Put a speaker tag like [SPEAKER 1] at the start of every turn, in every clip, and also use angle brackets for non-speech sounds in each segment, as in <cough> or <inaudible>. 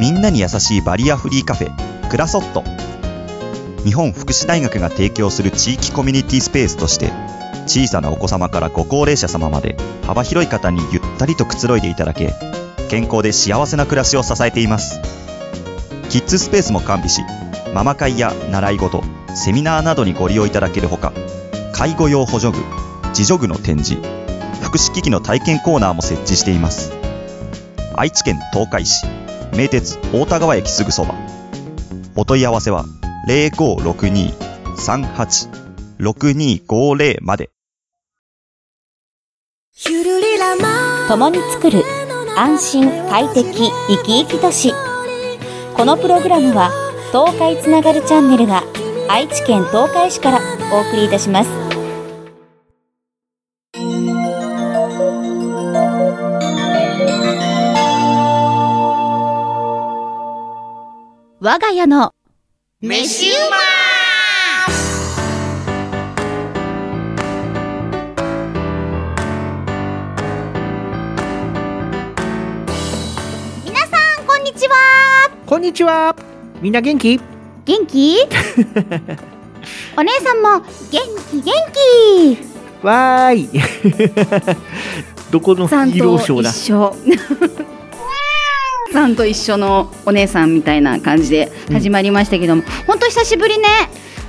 [SPEAKER 1] みんなに優しいバリアフリーカフェクラソット日本福祉大学が提供する地域コミュニティスペースとして小さなお子様からご高齢者様まで幅広い方にゆったりとくつろいでいただけ健康で幸せな暮らしを支えていますキッズスペースも完備しママ会や習い事セミナーなどにご利用いただけるほか介護用補助具自助具の展示福祉機器の体験コーナーも設置しています愛知県東海市名鉄大田川駅すぐそばお問い合わせは0562-38-6250まで
[SPEAKER 2] 共に作る安心快適生き生き都市このプログラムは東海つながるチャンネルが愛知県東海市からお送りいたします我が家の
[SPEAKER 3] 飯うま
[SPEAKER 2] 皆さんこんにちは
[SPEAKER 4] こんにちは。みんな元気
[SPEAKER 2] 元
[SPEAKER 3] <laughs>
[SPEAKER 2] 気お姉さんも元気元気
[SPEAKER 4] わーい。
[SPEAKER 5] <laughs>
[SPEAKER 4] どこのヒ
[SPEAKER 5] さん
[SPEAKER 4] ーロ
[SPEAKER 5] と
[SPEAKER 4] ーショーだ
[SPEAKER 5] 一。緒 <laughs> さんと一緒のお姉さんみたいな感じで始まりましたけども、ほんと久しぶりね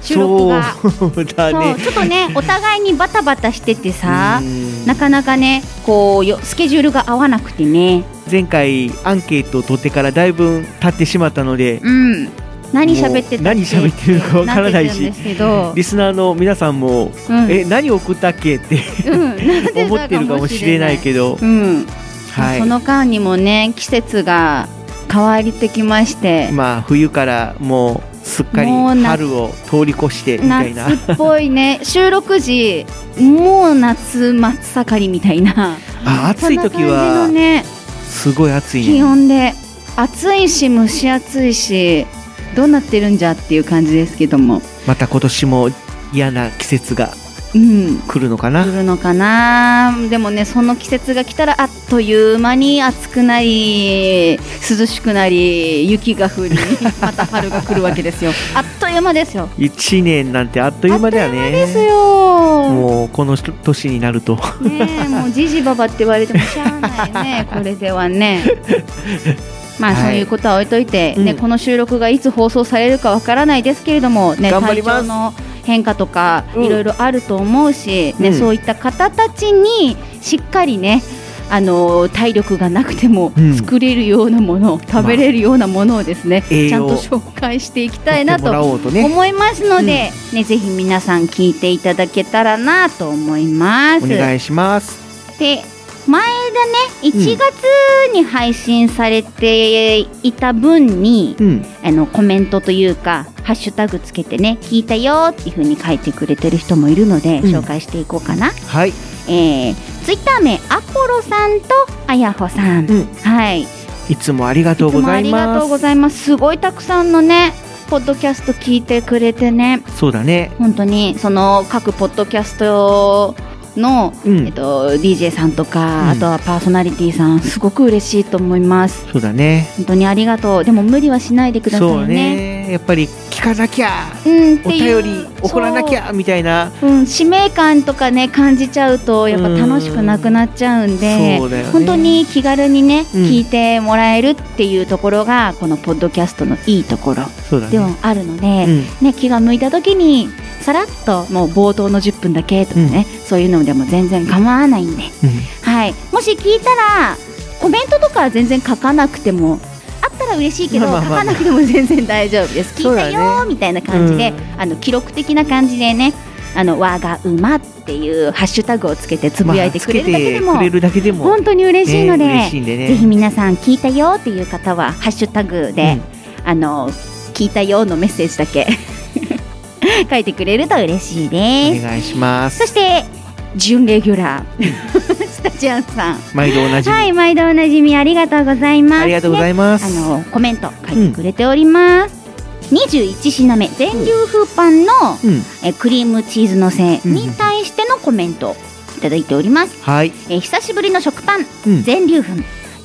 [SPEAKER 5] 収録がそう
[SPEAKER 4] そうだね。
[SPEAKER 5] ちょっと
[SPEAKER 4] <laughs>
[SPEAKER 5] ねお互いにバタバタしててさ
[SPEAKER 4] うーん
[SPEAKER 5] なかなかねこうよスケジュールが合わなくてね
[SPEAKER 4] 前回アンケートを取ってからだいぶ経ってしまったので、
[SPEAKER 5] うん何喋ってたっけ
[SPEAKER 4] もう何喋ってるかわからない
[SPEAKER 5] なってた
[SPEAKER 4] し
[SPEAKER 5] んですけど
[SPEAKER 4] リスナーの皆さんも、
[SPEAKER 5] うん
[SPEAKER 4] え何送ったっけって <laughs>
[SPEAKER 5] うんなんで
[SPEAKER 4] 思ってるかもしれないけど、
[SPEAKER 5] うん
[SPEAKER 4] は
[SPEAKER 5] そ
[SPEAKER 4] い。
[SPEAKER 5] の間にもね季節が変わりてきまして
[SPEAKER 4] まあ冬からもうすっかり
[SPEAKER 5] もう夏
[SPEAKER 4] 春を通り越してみたいな。
[SPEAKER 5] 夏っぽいね収録時もう夏真っ盛りみたいな
[SPEAKER 4] あ暑い時
[SPEAKER 5] そんな感じの
[SPEAKER 4] は
[SPEAKER 5] ね
[SPEAKER 4] すごい暑い
[SPEAKER 5] 気
[SPEAKER 4] ね。
[SPEAKER 5] 温で暑いし蒸し暑いしどうなってるんじゃっていう感じですけども
[SPEAKER 4] また今年も嫌な季節が
[SPEAKER 5] うん
[SPEAKER 4] 来るのかな
[SPEAKER 5] 来。るのかなでもねその季節が来たらあっという間に暑くなり涼しくなり雪が
[SPEAKER 4] <laughs>
[SPEAKER 5] 降りまた春が来るわけですよあっという間ですよ
[SPEAKER 4] 一年なんてあっという間だよね。
[SPEAKER 5] ですよ
[SPEAKER 4] もうこの年になると
[SPEAKER 5] ねえもうじじばばって言われてもしゃあ
[SPEAKER 4] <laughs>
[SPEAKER 5] ないねこれではねまあ、
[SPEAKER 4] はい
[SPEAKER 5] そういうことは置いといて、ね
[SPEAKER 4] うん
[SPEAKER 5] この収録がいつ放送されるかわからないですけれども、ね、
[SPEAKER 4] 頑張り
[SPEAKER 5] 体
[SPEAKER 4] ま
[SPEAKER 5] 調
[SPEAKER 4] す
[SPEAKER 5] の変化とか
[SPEAKER 4] うん
[SPEAKER 5] いろいろあると思うし、ね
[SPEAKER 4] うん
[SPEAKER 5] そういった方たちにしっかりねあのー体力がなくても
[SPEAKER 4] うん
[SPEAKER 5] 作れるようなものを、食べれるようなものをですね、
[SPEAKER 4] 栄養
[SPEAKER 5] ちゃんと紹介していきたいな
[SPEAKER 4] やっても
[SPEAKER 5] と
[SPEAKER 4] らおうとね
[SPEAKER 5] 思いますので、ね、ぜひ皆さん聞いていただけたらなと思います。
[SPEAKER 4] お願いします
[SPEAKER 5] で前だね1月に配信されていた分に、
[SPEAKER 4] うん
[SPEAKER 5] あのコメントというかハッシュタグつけてね聞いたよっていう風に書いてくれてる人もいるので、
[SPEAKER 4] ん
[SPEAKER 5] 紹介していこうかな、
[SPEAKER 4] はい
[SPEAKER 5] えー、ツイッター名アコロさんとあやほさん、
[SPEAKER 4] うん
[SPEAKER 5] はいい
[SPEAKER 4] いつもありが
[SPEAKER 5] つ
[SPEAKER 4] とうご
[SPEAKER 5] も
[SPEAKER 4] ざ
[SPEAKER 5] あ
[SPEAKER 4] い
[SPEAKER 5] りが
[SPEAKER 4] ま
[SPEAKER 5] とうご
[SPEAKER 4] す
[SPEAKER 5] ざいますすごいたくさんのねポッドキャスト聞いてくれてね
[SPEAKER 4] そうだね
[SPEAKER 5] 本当にその各ポッドキャストの
[SPEAKER 4] う
[SPEAKER 5] えっ
[SPEAKER 4] ん
[SPEAKER 5] と、DJ さんとか、
[SPEAKER 4] うん
[SPEAKER 5] あとはパーソナリティさんすごく嬉しいと思います
[SPEAKER 4] そうだね
[SPEAKER 5] 本当にありがとうでも無理はしないでくださ
[SPEAKER 4] そう
[SPEAKER 5] いね
[SPEAKER 4] ねやっぱり聞かなきゃ
[SPEAKER 5] うんって
[SPEAKER 4] お
[SPEAKER 5] いう
[SPEAKER 4] 便り怒らなきゃみたいな
[SPEAKER 5] そう、うん、使命感とかね感じちゃうとやっぱ楽しくなくなっちゃうんで
[SPEAKER 4] そうだよね
[SPEAKER 5] 本当に気軽にね、
[SPEAKER 4] うん
[SPEAKER 5] 聞いてもらえるっていうところがこのポッドキャストのいいところ
[SPEAKER 4] そうだ
[SPEAKER 5] では
[SPEAKER 4] ね
[SPEAKER 5] あるので、
[SPEAKER 4] うん
[SPEAKER 5] ね、気が向いた時にさらっともう冒頭の10分だけとかね、そういうのでも全然構わないんではい、もし聞いたらコメントとかは全然書かなくてもあったら嬉しいけど、
[SPEAKER 4] まあまあまあ
[SPEAKER 5] 書かなくても全然大丈夫です
[SPEAKER 4] そ
[SPEAKER 5] 聞
[SPEAKER 4] う
[SPEAKER 5] い
[SPEAKER 4] だ
[SPEAKER 5] た
[SPEAKER 4] ね
[SPEAKER 5] よーみたいな感じで、
[SPEAKER 4] う
[SPEAKER 5] あの記録的な感じでね「あの我が馬」っていうハッシュタグをつけてつ
[SPEAKER 4] うん
[SPEAKER 5] ぶや
[SPEAKER 4] ま
[SPEAKER 5] い
[SPEAKER 4] あ
[SPEAKER 5] て
[SPEAKER 4] つ
[SPEAKER 5] くれ
[SPEAKER 4] け
[SPEAKER 5] るだけで
[SPEAKER 4] て
[SPEAKER 5] も,、
[SPEAKER 4] くれるだけでも
[SPEAKER 5] 本当に嬉しいので、
[SPEAKER 4] ね嬉しいんでね
[SPEAKER 5] ぜひ皆さん聞いたよーっていう方はハッシュタグで「あの聞いたよ」のメッセージだけ <laughs> 書いてくれると嬉しい
[SPEAKER 4] うん
[SPEAKER 5] で
[SPEAKER 4] お
[SPEAKER 5] す。
[SPEAKER 4] 願いします
[SPEAKER 5] そして準レギュラースタジアンさん
[SPEAKER 4] 毎度おなじみ
[SPEAKER 5] はい、毎度おなじみありがとうございます。
[SPEAKER 4] ありがとうござ
[SPEAKER 5] い
[SPEAKER 4] います
[SPEAKER 5] あのコメント書いてくれております。21品目全粒風パンの
[SPEAKER 4] うん
[SPEAKER 5] えクリームチーズのせ
[SPEAKER 4] うん
[SPEAKER 5] に対してのコメントをいただいております。
[SPEAKER 4] はい
[SPEAKER 5] え久しぶりの食パン
[SPEAKER 4] うん
[SPEAKER 5] 全粒粉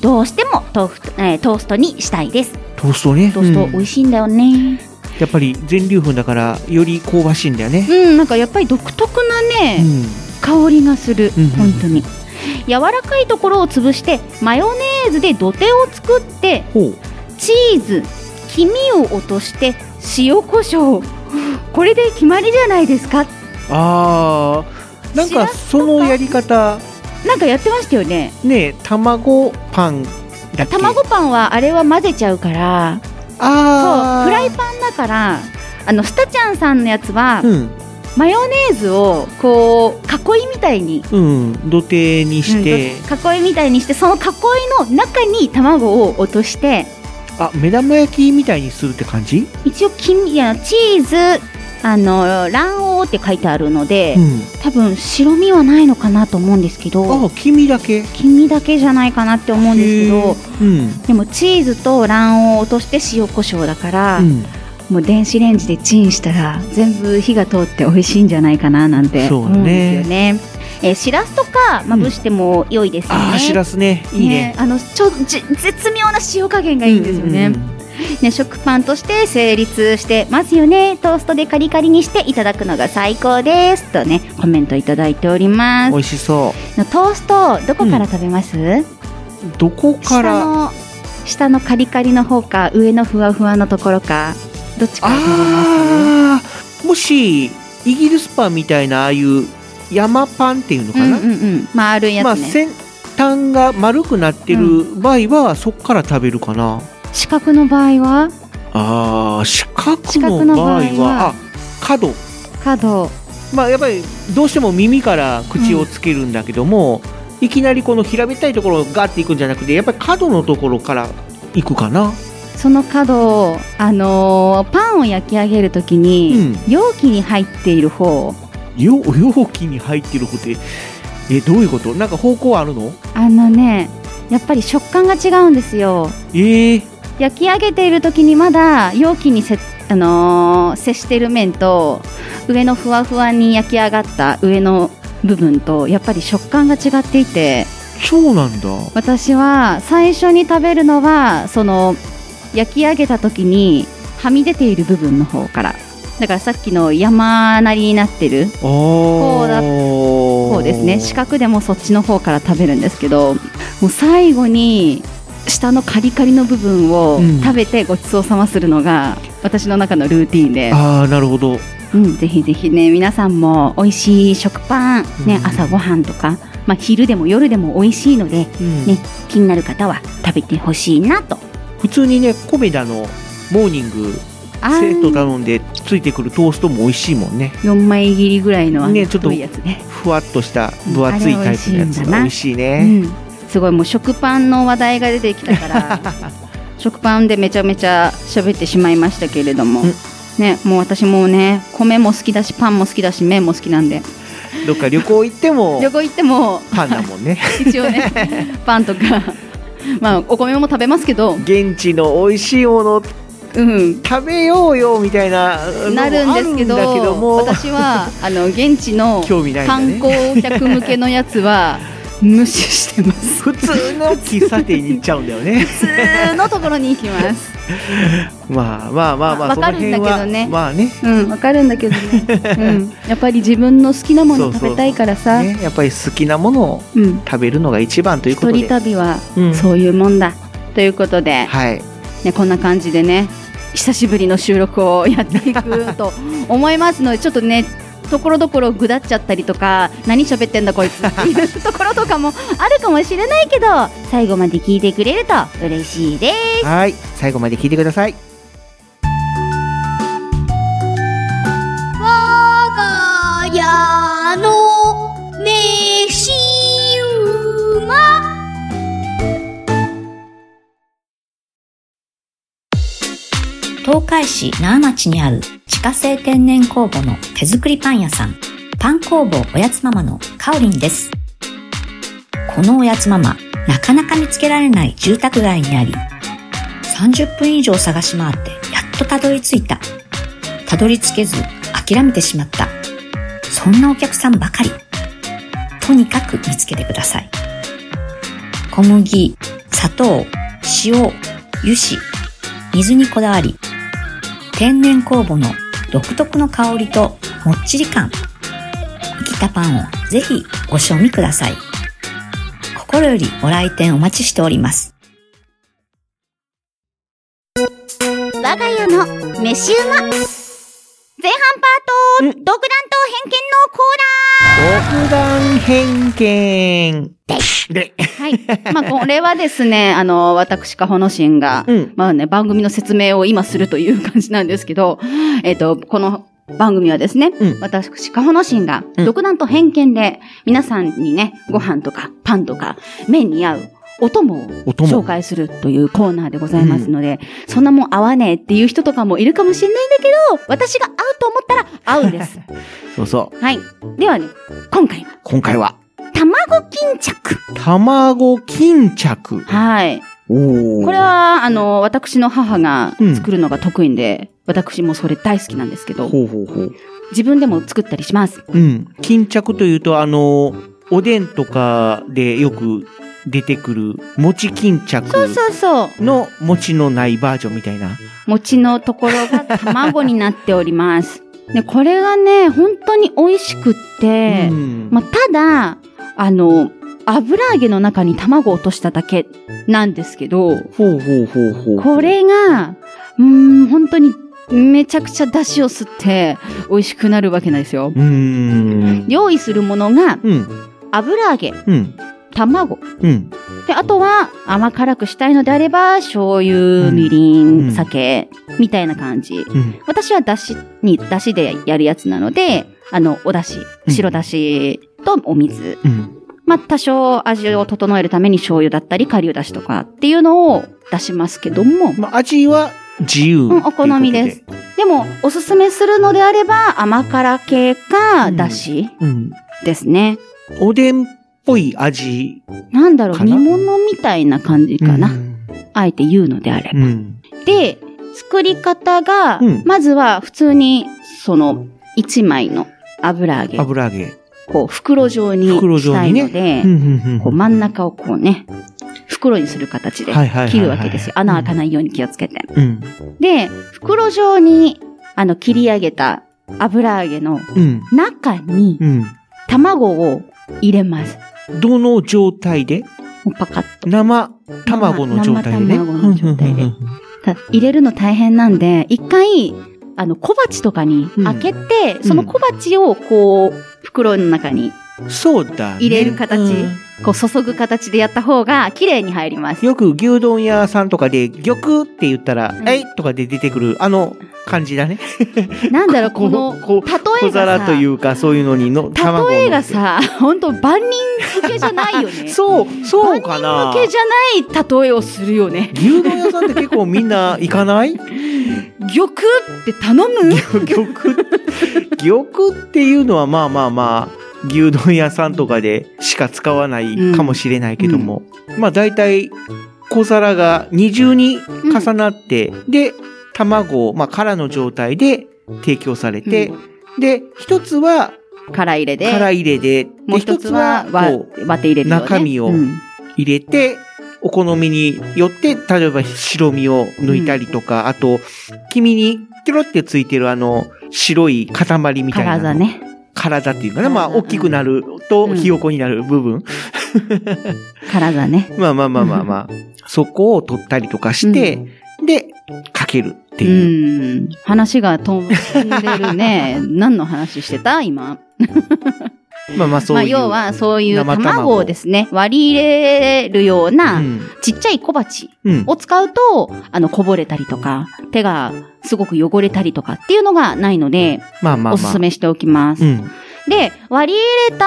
[SPEAKER 5] どうしても豆腐とえートーストにしたいです。
[SPEAKER 4] トーストね
[SPEAKER 5] トースト
[SPEAKER 4] うん
[SPEAKER 5] 美味しいんだよね、
[SPEAKER 4] やっぱり全粒粉だからより香ばしいんだよね
[SPEAKER 5] うんなんかやっぱり独特なね、
[SPEAKER 4] うん
[SPEAKER 5] 香りがする、
[SPEAKER 4] うんうんうん
[SPEAKER 5] 本当に柔らかいところを潰してマヨネーズで土手を作って
[SPEAKER 4] ほう
[SPEAKER 5] チーズ黄身を落として塩コショウこれで決まりじゃないですか
[SPEAKER 4] あーなんか
[SPEAKER 5] しらす
[SPEAKER 4] そのやり方
[SPEAKER 5] なんかやってましたよね
[SPEAKER 4] ね卵パンだっけ
[SPEAKER 5] 卵パンはあれは混ぜちゃうからそう
[SPEAKER 4] ああ
[SPEAKER 5] フライパンだからあのスタちゃんさんのやつは、
[SPEAKER 4] うん
[SPEAKER 5] マヨネーズをこう囲いみたいに
[SPEAKER 4] うん土手にして、
[SPEAKER 5] うん囲いみたいにしてその囲いの中に卵を落として
[SPEAKER 4] あ目玉焼きみたいにするって感じ、
[SPEAKER 5] 一応黄身いやチーズあの卵黄って書いてあるので、
[SPEAKER 4] うん、
[SPEAKER 5] 多分白身はないのかなと思うんですけど
[SPEAKER 4] あ黄身だけ
[SPEAKER 5] 黄身だけじゃないかなって思うんですけ
[SPEAKER 4] へ
[SPEAKER 5] ど
[SPEAKER 4] ーうん
[SPEAKER 5] でもチーズと卵黄を落として塩コショウだから、
[SPEAKER 4] うん
[SPEAKER 5] もう電子レンジでチンしたら全部火が通って美味しいんじゃないかななんて
[SPEAKER 4] そう
[SPEAKER 5] 思う
[SPEAKER 4] ね
[SPEAKER 5] んですよね。えーしらすとかまぶしても良いですよね。
[SPEAKER 4] ああしらすねいいね
[SPEAKER 5] あのちょじ絶妙な塩加減がいいんですよね,、
[SPEAKER 4] うんうんうん
[SPEAKER 5] ね食パンとして成立してますよねトーストでカリカリにしていただくのが最高ですとねコメントいただいておりま
[SPEAKER 4] 美
[SPEAKER 5] す
[SPEAKER 4] 味しそ
[SPEAKER 5] のトーストどこから食べます、
[SPEAKER 4] うどこか
[SPEAKER 5] 下
[SPEAKER 4] ら
[SPEAKER 5] の下のカリカリの方か上のふわふわのところかどっちから食べます
[SPEAKER 4] ああもしイギリスパンみたいなああいう山パンっていうのか
[SPEAKER 5] うん
[SPEAKER 4] な、
[SPEAKER 5] うんうん丸いや
[SPEAKER 4] まあ
[SPEAKER 5] つね、
[SPEAKER 4] 先端が丸くなってる場合はそっから食べるかな、
[SPEAKER 5] 四角の場合は
[SPEAKER 4] ああ四角
[SPEAKER 5] 四角の
[SPEAKER 4] の場
[SPEAKER 5] 場合
[SPEAKER 4] 合は
[SPEAKER 5] は
[SPEAKER 4] あ角
[SPEAKER 5] 角
[SPEAKER 4] まあやっぱりどうしても耳から口をつけるんだけども、いきなりこの平べったいところをガッていくんじゃなくてやっぱり角のところからいくかな
[SPEAKER 5] その角を、あのーパンを焼き上げるときに、容器に入っている方
[SPEAKER 4] よ容器に入ってる方ってえどういうことなんか方向あるの
[SPEAKER 5] あのねやっぱり食感が違うんですよ
[SPEAKER 4] ええ
[SPEAKER 5] 焼き上げている時にまだ容器にせ、あのー接してる面と上のふわふわに焼き上がった上の部分とやっぱり食感が違っていて
[SPEAKER 4] そうなんだ
[SPEAKER 5] 私は最初に食べるのはその焼き上げた時にはみ出ている部分の方からだからさっきの山なりになってる
[SPEAKER 4] あこ
[SPEAKER 5] うだ方ですね四角でもそっちの方から食べるんですけどもう最後に下のカリカリの部分を
[SPEAKER 4] うん
[SPEAKER 5] 食べてごちそうさまするのが私の中のルーティンで、
[SPEAKER 4] ああなるほど
[SPEAKER 5] うん、ぜひぜひね皆さんも美味しい食パン、ね
[SPEAKER 4] うん
[SPEAKER 5] 朝ごはんとか、まあ、昼でも夜でも美味しいので
[SPEAKER 4] うん
[SPEAKER 5] ね気になる方は食べてほしいなと。
[SPEAKER 4] 普通にねコメダのモーニング
[SPEAKER 5] あ
[SPEAKER 4] セット
[SPEAKER 5] ー
[SPEAKER 4] 頼んでついてくるトーストも美味しいもんね
[SPEAKER 5] 4枚切りぐらいのあの
[SPEAKER 4] ねちょっと
[SPEAKER 5] 太いやつね。
[SPEAKER 4] ふわっとした分厚いタイプのやつ
[SPEAKER 5] あれ美味しいんだな
[SPEAKER 4] 美味しいね、
[SPEAKER 5] うん、すごいもう食パンの話題が出てきたから <laughs> 食パンでめちゃめちゃ喋ってしまいましたけれども、
[SPEAKER 4] うん
[SPEAKER 5] ね、もう私もね米も好きだしパンも好きだし麺も好きなんで
[SPEAKER 4] どっか旅行行っても
[SPEAKER 5] 旅行行っても
[SPEAKER 4] パンだもんね <laughs>
[SPEAKER 5] 一応 <laughs> ねパンとか、まあ、お米も食べますけど、
[SPEAKER 4] 現地の美味しいもの
[SPEAKER 5] うん、
[SPEAKER 4] 食べようよみたいなのも
[SPEAKER 5] な
[SPEAKER 4] あ
[SPEAKER 5] るんですけど
[SPEAKER 4] だけども
[SPEAKER 5] 私はあの現地の
[SPEAKER 4] 興味ないんだ
[SPEAKER 5] 観
[SPEAKER 4] ね
[SPEAKER 5] 光客向けのやつは無視してます。
[SPEAKER 4] 普通の喫茶店に行っちゃうんだよ
[SPEAKER 5] <laughs>
[SPEAKER 4] ね
[SPEAKER 5] 普通のところに行きます
[SPEAKER 4] まあまあまあま
[SPEAKER 5] まあ
[SPEAKER 4] あその辺は
[SPEAKER 5] わかるんだけどね
[SPEAKER 4] まあね
[SPEAKER 5] うん、わかるんだけど
[SPEAKER 4] <laughs>
[SPEAKER 5] ね、うん、やっぱり自分の好きなもの食べたいからさ
[SPEAKER 4] ねやっぱり好きなものを
[SPEAKER 5] うん
[SPEAKER 4] 食べるのが一番という
[SPEAKER 5] 一
[SPEAKER 4] ことで
[SPEAKER 5] 人旅は
[SPEAKER 4] うん
[SPEAKER 5] そういうもんだ、ということで、
[SPEAKER 4] はい
[SPEAKER 5] ね、こんな感じでね久しぶりの収録をやっていくと思いますのでちょっとねところどころぐだっちゃったりとか何喋ってんだこいつっていう <laughs> ところとかもあるかもしれないけど最後まで聞いてくれると嬉しいです。
[SPEAKER 4] はい最後まで聞いてください
[SPEAKER 3] 我が家の飯馬
[SPEAKER 6] 東海市奈良町にある自家製天然酵母の手作りパン屋さん、パン工房おやつママのカオリンです。このおやつママ、なかなか見つけられない住宅街にあり、30分以上探し回ってやっとたどり着いた。たどり着けず諦めてしまった。そんなお客さんばかり。とにかく見つけてください。小麦、砂糖、塩、油脂、水にこだわり、天然酵母の独特の香りともっちり感、生きたパンをぜひご賞味ください。心よりご来店お待ちしております。
[SPEAKER 5] 我が家の飯馬前半パート、独断と偏見のコ
[SPEAKER 4] 独断偏見で、
[SPEAKER 5] ーナー。はい。まあ、これはですね、あの、私、かほのしんが、
[SPEAKER 4] うん。
[SPEAKER 5] まあね、番組の説明を今するという感じなんですけど、えっ、と、この番組はですね、
[SPEAKER 4] うん
[SPEAKER 5] 私、カホノシンが
[SPEAKER 4] うん
[SPEAKER 5] 独断と偏見で、皆さんにね、ご飯とかパンとか麺に合うお供を
[SPEAKER 4] お供
[SPEAKER 5] 紹介するというコーナーでございますので、そんなもん合わねえっていう人とかもいるかもしれないんだけど、私が合うと思ったら合うん
[SPEAKER 4] <laughs>
[SPEAKER 5] です。
[SPEAKER 4] そうそう。
[SPEAKER 5] はい。ではね、今回は、
[SPEAKER 4] 今回は、
[SPEAKER 5] 卵巾着。
[SPEAKER 4] 卵巾着。
[SPEAKER 5] はい。
[SPEAKER 4] おお。
[SPEAKER 5] これ、は、あの、私の母が
[SPEAKER 4] うん
[SPEAKER 5] 作るのが得意で、私もそれ大好きなんですけど、
[SPEAKER 4] ほうほうほう。
[SPEAKER 5] 自分でも作ったりします。
[SPEAKER 4] うん。巾着というと、あの、おでんとかでよく出てくる、餅巾着
[SPEAKER 5] そうそうそう。
[SPEAKER 4] の餅のないバージョンみたいな。
[SPEAKER 5] 餅のところが卵になっております。で、これがね、本当に美味しくって
[SPEAKER 4] う、ん
[SPEAKER 5] まあ、ただ、あの、油揚げの中に卵を落としただけなんですけど、
[SPEAKER 4] ほうほうほうほう。
[SPEAKER 5] これが、うーん、本当にめちゃくちゃ出汁を吸って美味しくなるわけなんですよ
[SPEAKER 4] う。ーん。
[SPEAKER 5] 用意するものが
[SPEAKER 4] うん、
[SPEAKER 5] 油揚げ、
[SPEAKER 4] うん、
[SPEAKER 5] 卵。
[SPEAKER 4] うん。
[SPEAKER 5] で、あとは甘辛くしたいのであれば、醤油、
[SPEAKER 4] うん
[SPEAKER 5] みり
[SPEAKER 4] うん
[SPEAKER 5] ん、酒、みたいな感じ。
[SPEAKER 4] うん。
[SPEAKER 5] 私はだしに、だしでやるやつなので、あの、おだし、
[SPEAKER 4] うん
[SPEAKER 5] 白だしとお水。
[SPEAKER 4] うん。
[SPEAKER 5] まあ、多少味を整えるために醤油だったり、顆粒だしとかっていうのを出しますけども、
[SPEAKER 4] まあ、味は自由。
[SPEAKER 5] うんお好みです。でも、おすすめするのであれば、甘辛系
[SPEAKER 4] う
[SPEAKER 5] か、
[SPEAKER 4] ん
[SPEAKER 5] だし
[SPEAKER 4] うん。
[SPEAKER 5] ですね。
[SPEAKER 4] おでんっぽい味
[SPEAKER 5] なんだろう、
[SPEAKER 4] かな
[SPEAKER 5] 煮物みたいな感じかな。
[SPEAKER 4] うん。
[SPEAKER 5] あえて言うのであれば。
[SPEAKER 4] うん。
[SPEAKER 5] で、作り方が、
[SPEAKER 4] うん
[SPEAKER 5] まずは普通に、その、一枚の油揚げ、
[SPEAKER 4] 油揚げ。
[SPEAKER 5] こう、袋状に
[SPEAKER 4] 袋
[SPEAKER 5] し
[SPEAKER 4] 状
[SPEAKER 5] た
[SPEAKER 4] に
[SPEAKER 5] い
[SPEAKER 4] ね
[SPEAKER 5] ので、
[SPEAKER 4] うんうんうん
[SPEAKER 5] こう真ん中をこうね、袋にする形で
[SPEAKER 4] はいはいはいはい
[SPEAKER 5] 切るわけですよ。穴開かないように気をつけて。
[SPEAKER 4] うん。
[SPEAKER 5] で、袋状に、あの、切り上げた油揚げの
[SPEAKER 4] うん。
[SPEAKER 5] 中に
[SPEAKER 4] う
[SPEAKER 5] 卵を入れます。
[SPEAKER 4] ん。どの状態で
[SPEAKER 5] もうパカッと。
[SPEAKER 4] 生卵の状態でね。
[SPEAKER 5] 生卵の状態で
[SPEAKER 4] うんうん
[SPEAKER 5] た入れるの大変なんで、一回、あの、小鉢とかに開けて、
[SPEAKER 4] ん
[SPEAKER 5] その小鉢をこう、袋の中に、
[SPEAKER 4] うんうんそうだね。
[SPEAKER 5] 入れる形
[SPEAKER 4] うん
[SPEAKER 5] こう、注ぐ形でやった方が、綺麗に入ります。
[SPEAKER 4] よく牛丼屋さんとかで、玉って言ったら、
[SPEAKER 5] ん
[SPEAKER 4] えいとかで出てくる、あの感じだね。
[SPEAKER 5] なんだろう、この、
[SPEAKER 4] こう
[SPEAKER 5] 例
[SPEAKER 4] 小
[SPEAKER 5] えが
[SPEAKER 4] 皿とい
[SPEAKER 5] さ、
[SPEAKER 4] うか、そういうのにの、卵を乗っけ
[SPEAKER 5] 例えがさ、本当万人受けじゃないよね。
[SPEAKER 4] <laughs> そう、そうかな。
[SPEAKER 5] 受けじゃない例えをするよね。
[SPEAKER 4] 牛丼屋さんって結構みんな行かない <laughs>
[SPEAKER 5] 玉って頼む
[SPEAKER 4] 玉玉っていうのはまあまあまあ牛丼屋さんとかでしか使わないかもしれないけども、まあ大体小皿が二重に重なって、で卵を、まあ、殻の状態で提供されて、で一つは
[SPEAKER 5] から入れで。
[SPEAKER 4] 殻入れで
[SPEAKER 5] も
[SPEAKER 4] で
[SPEAKER 5] う一つは
[SPEAKER 4] 一つは
[SPEAKER 5] 割
[SPEAKER 4] こう
[SPEAKER 5] 割って入れるよ、ね。
[SPEAKER 4] 中身を
[SPEAKER 5] うん
[SPEAKER 4] 入れて、お好みによって、例えば白身を抜いたりとか、あと、黄身にテロってついてるあの、白い塊みたいな。
[SPEAKER 5] 体。ね。
[SPEAKER 4] 体っていうかな、まあ、
[SPEAKER 5] うんうん
[SPEAKER 4] 大きくなると、
[SPEAKER 5] うん
[SPEAKER 4] ひよこになる部分。
[SPEAKER 5] 体ね。
[SPEAKER 4] まあまあまあまあまあ、そこを取ったりとかして、で、かけるってい
[SPEAKER 5] う
[SPEAKER 4] う。
[SPEAKER 5] ん。話が飛んでる
[SPEAKER 4] <laughs>
[SPEAKER 5] ね。何の話してた今。
[SPEAKER 4] まあまあ、そう
[SPEAKER 5] まあ、
[SPEAKER 4] いう。
[SPEAKER 5] 要は、そういう
[SPEAKER 4] 生卵
[SPEAKER 5] 卵をですね、割り入れるよう
[SPEAKER 4] う
[SPEAKER 5] な、
[SPEAKER 4] ん。
[SPEAKER 5] ちっちゃい小鉢
[SPEAKER 4] うん。
[SPEAKER 5] を使うと、あの、こぼれたりとか、手がすごく汚れたりとかっていうのがないので、
[SPEAKER 4] まあまあまあ。
[SPEAKER 5] おすすめしておきます。
[SPEAKER 4] うん。
[SPEAKER 5] で、割り入れた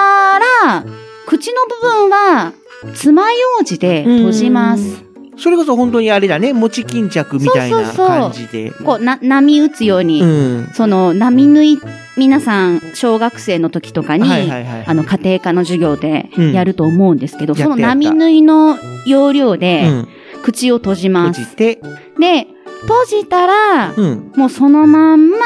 [SPEAKER 5] ら、口の部分は、爪楊枝で閉じます。
[SPEAKER 4] それこそ本当にあれだね、餅巾着みたいな
[SPEAKER 5] そうそうそう
[SPEAKER 4] 感じで。
[SPEAKER 5] こう、な、波打つように、
[SPEAKER 4] うん。
[SPEAKER 5] その、波縫い、皆さん、小学生の時とかに、
[SPEAKER 4] はいはいはい。
[SPEAKER 5] <laughs> あの、家庭科の授業で
[SPEAKER 4] うん
[SPEAKER 5] やると思うんですけど、
[SPEAKER 4] やった
[SPEAKER 5] その
[SPEAKER 4] やった
[SPEAKER 5] 波縫いの要領
[SPEAKER 4] う
[SPEAKER 5] で、
[SPEAKER 4] ん。
[SPEAKER 5] 口を閉じ
[SPEAKER 4] 閉
[SPEAKER 5] ます。
[SPEAKER 4] じて、
[SPEAKER 5] で、閉じたら、
[SPEAKER 4] うん。
[SPEAKER 5] もうそのまんま、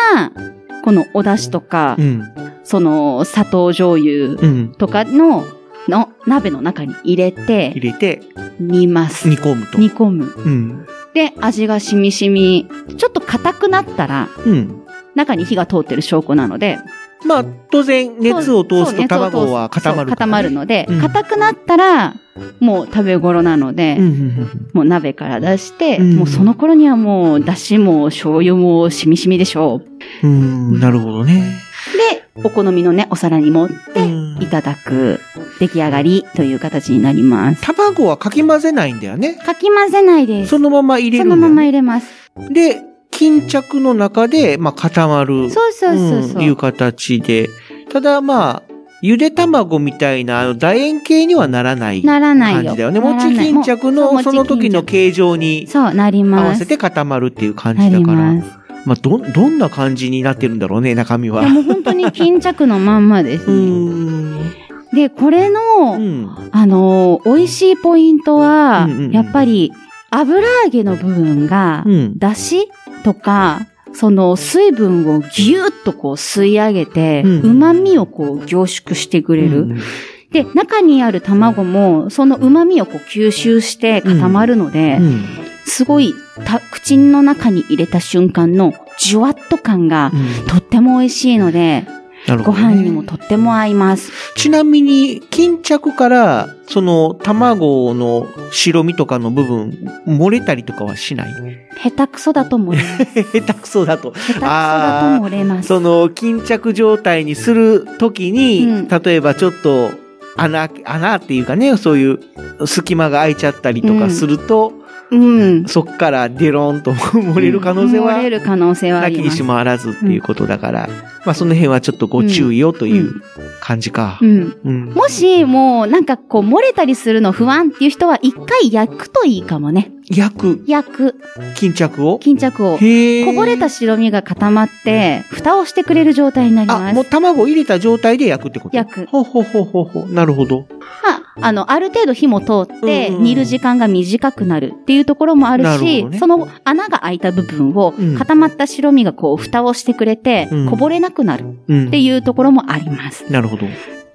[SPEAKER 5] このお出汁とか、
[SPEAKER 4] うん。
[SPEAKER 5] その、砂糖醤油
[SPEAKER 4] うん。
[SPEAKER 5] とかの、の、鍋の中に入れて、
[SPEAKER 4] 入れて
[SPEAKER 5] 煮ます。
[SPEAKER 4] 煮込むと。
[SPEAKER 5] 煮込む。
[SPEAKER 4] うん。
[SPEAKER 5] で、味がしみしみ、ちょっと硬くなったら、
[SPEAKER 4] うん。
[SPEAKER 5] 中に火が通ってる証拠なので、
[SPEAKER 4] まあ、当然、熱を通すと卵は固ま
[SPEAKER 5] そ
[SPEAKER 4] る、
[SPEAKER 5] う固まるので
[SPEAKER 4] うん、
[SPEAKER 5] 硬くなったら、もう食べ頃なので、
[SPEAKER 4] うんうんうん
[SPEAKER 5] もう鍋から出して、
[SPEAKER 4] うん
[SPEAKER 5] もうその頃にはもう、だしも醤油もしみしみでしょう。
[SPEAKER 4] うん。うん、なるほどね。
[SPEAKER 5] で、お好みのね、お皿に盛っ
[SPEAKER 4] う
[SPEAKER 5] て、
[SPEAKER 4] ん
[SPEAKER 5] いただく、出来上がりという形になります。
[SPEAKER 4] 卵はかき混ぜないんだよね。
[SPEAKER 5] かき混ぜないです。
[SPEAKER 4] そのまま入れ
[SPEAKER 5] そ
[SPEAKER 4] るんだ
[SPEAKER 5] の
[SPEAKER 4] よ
[SPEAKER 5] ま
[SPEAKER 4] ね
[SPEAKER 5] ま入れます。
[SPEAKER 4] で、巾着の中で、まあ、固まる。
[SPEAKER 5] そうそうそうそう。
[SPEAKER 4] んいう形で。ただまあ、ゆで卵みたいな、あの楕円形にはならない
[SPEAKER 5] ならない
[SPEAKER 4] 感
[SPEAKER 5] よ。
[SPEAKER 4] じだよね。
[SPEAKER 5] ならな
[SPEAKER 4] 餅
[SPEAKER 5] い
[SPEAKER 4] 巾着
[SPEAKER 5] も
[SPEAKER 4] の
[SPEAKER 5] うそ
[SPEAKER 4] そ
[SPEAKER 5] う
[SPEAKER 4] の
[SPEAKER 5] 餅
[SPEAKER 4] 時
[SPEAKER 5] 巾着
[SPEAKER 4] の形状に
[SPEAKER 5] そう、なり
[SPEAKER 4] 合わ
[SPEAKER 5] ます。
[SPEAKER 4] せて固まるっていう感
[SPEAKER 5] な
[SPEAKER 4] じだ
[SPEAKER 5] り
[SPEAKER 4] から。
[SPEAKER 5] ま。
[SPEAKER 4] ますあ、ど、どんな感じになってるんだろうね、中身は。
[SPEAKER 5] でも本当に巾着のまんまです
[SPEAKER 4] う
[SPEAKER 5] ね。
[SPEAKER 4] ん。
[SPEAKER 5] で、これ
[SPEAKER 4] う
[SPEAKER 5] の、
[SPEAKER 4] ん。
[SPEAKER 5] あのー、美味しいポイントは
[SPEAKER 4] うんうんうん、
[SPEAKER 5] やっぱり油揚げの部分が
[SPEAKER 4] う、ん。
[SPEAKER 5] だしとか、その水分をぎゅーっとこう吸い上げて、
[SPEAKER 4] うん
[SPEAKER 5] 旨味をこう凝縮してくれる。で、中にある卵も、その旨味をこう吸収して固まるので、
[SPEAKER 4] うん。
[SPEAKER 5] すごいた、口の中に入れた瞬間のジュワッと感が
[SPEAKER 4] うん
[SPEAKER 5] とっても美味しいので、
[SPEAKER 4] なる
[SPEAKER 5] ご
[SPEAKER 4] ほどね
[SPEAKER 5] 飯にもとっても合います。
[SPEAKER 4] ちなみに、巾着から、その、卵の白身とかの部分、漏れたりとかはしない
[SPEAKER 5] 下手くそだと漏れます。
[SPEAKER 4] <laughs> 下手くそだと。
[SPEAKER 5] 下手くそだと漏れます。
[SPEAKER 4] その、巾着状態にするときに、
[SPEAKER 5] うん
[SPEAKER 4] 例えばちょっと、穴、穴っていうかね、そういう隙間が開いちゃったりとかすると、
[SPEAKER 5] うん。
[SPEAKER 4] そっからデロンと漏れる可能性は
[SPEAKER 5] 漏、れる可能性はあ
[SPEAKER 4] な
[SPEAKER 5] り
[SPEAKER 4] き
[SPEAKER 5] ま
[SPEAKER 4] に
[SPEAKER 5] す
[SPEAKER 4] し。もあらずっていうことだから、まあその辺はちょっとご注意をという感じか
[SPEAKER 5] う。ん。
[SPEAKER 4] うん
[SPEAKER 5] もし、もう、なんかこう、漏れたりするの不安っていう人は、一回焼くといいかもね。
[SPEAKER 4] 焼く
[SPEAKER 5] 焼く、
[SPEAKER 4] 巾着を
[SPEAKER 5] 巾着を。
[SPEAKER 4] へー
[SPEAKER 5] こぼれた白身が固まって、蓋をしてくれる状態になり
[SPEAKER 4] あ、
[SPEAKER 5] ま
[SPEAKER 4] もう
[SPEAKER 5] す。
[SPEAKER 4] 卵を入れた状態で焼くってこと
[SPEAKER 5] 焼く
[SPEAKER 4] ほうほうほうほうほう。なるほど。
[SPEAKER 5] まあ、あの、ある程度火も通って、
[SPEAKER 4] うんうん
[SPEAKER 5] 煮る時間が短くなるっていうところもある
[SPEAKER 4] なるほ
[SPEAKER 5] し、
[SPEAKER 4] どね
[SPEAKER 5] その穴が開いた部分を
[SPEAKER 4] うん、
[SPEAKER 5] 固まった白身がこう、蓋をしてくれて、
[SPEAKER 4] うん
[SPEAKER 5] こぼれなくなるっ
[SPEAKER 4] うん
[SPEAKER 5] て。いうところもあります。
[SPEAKER 4] なるほど。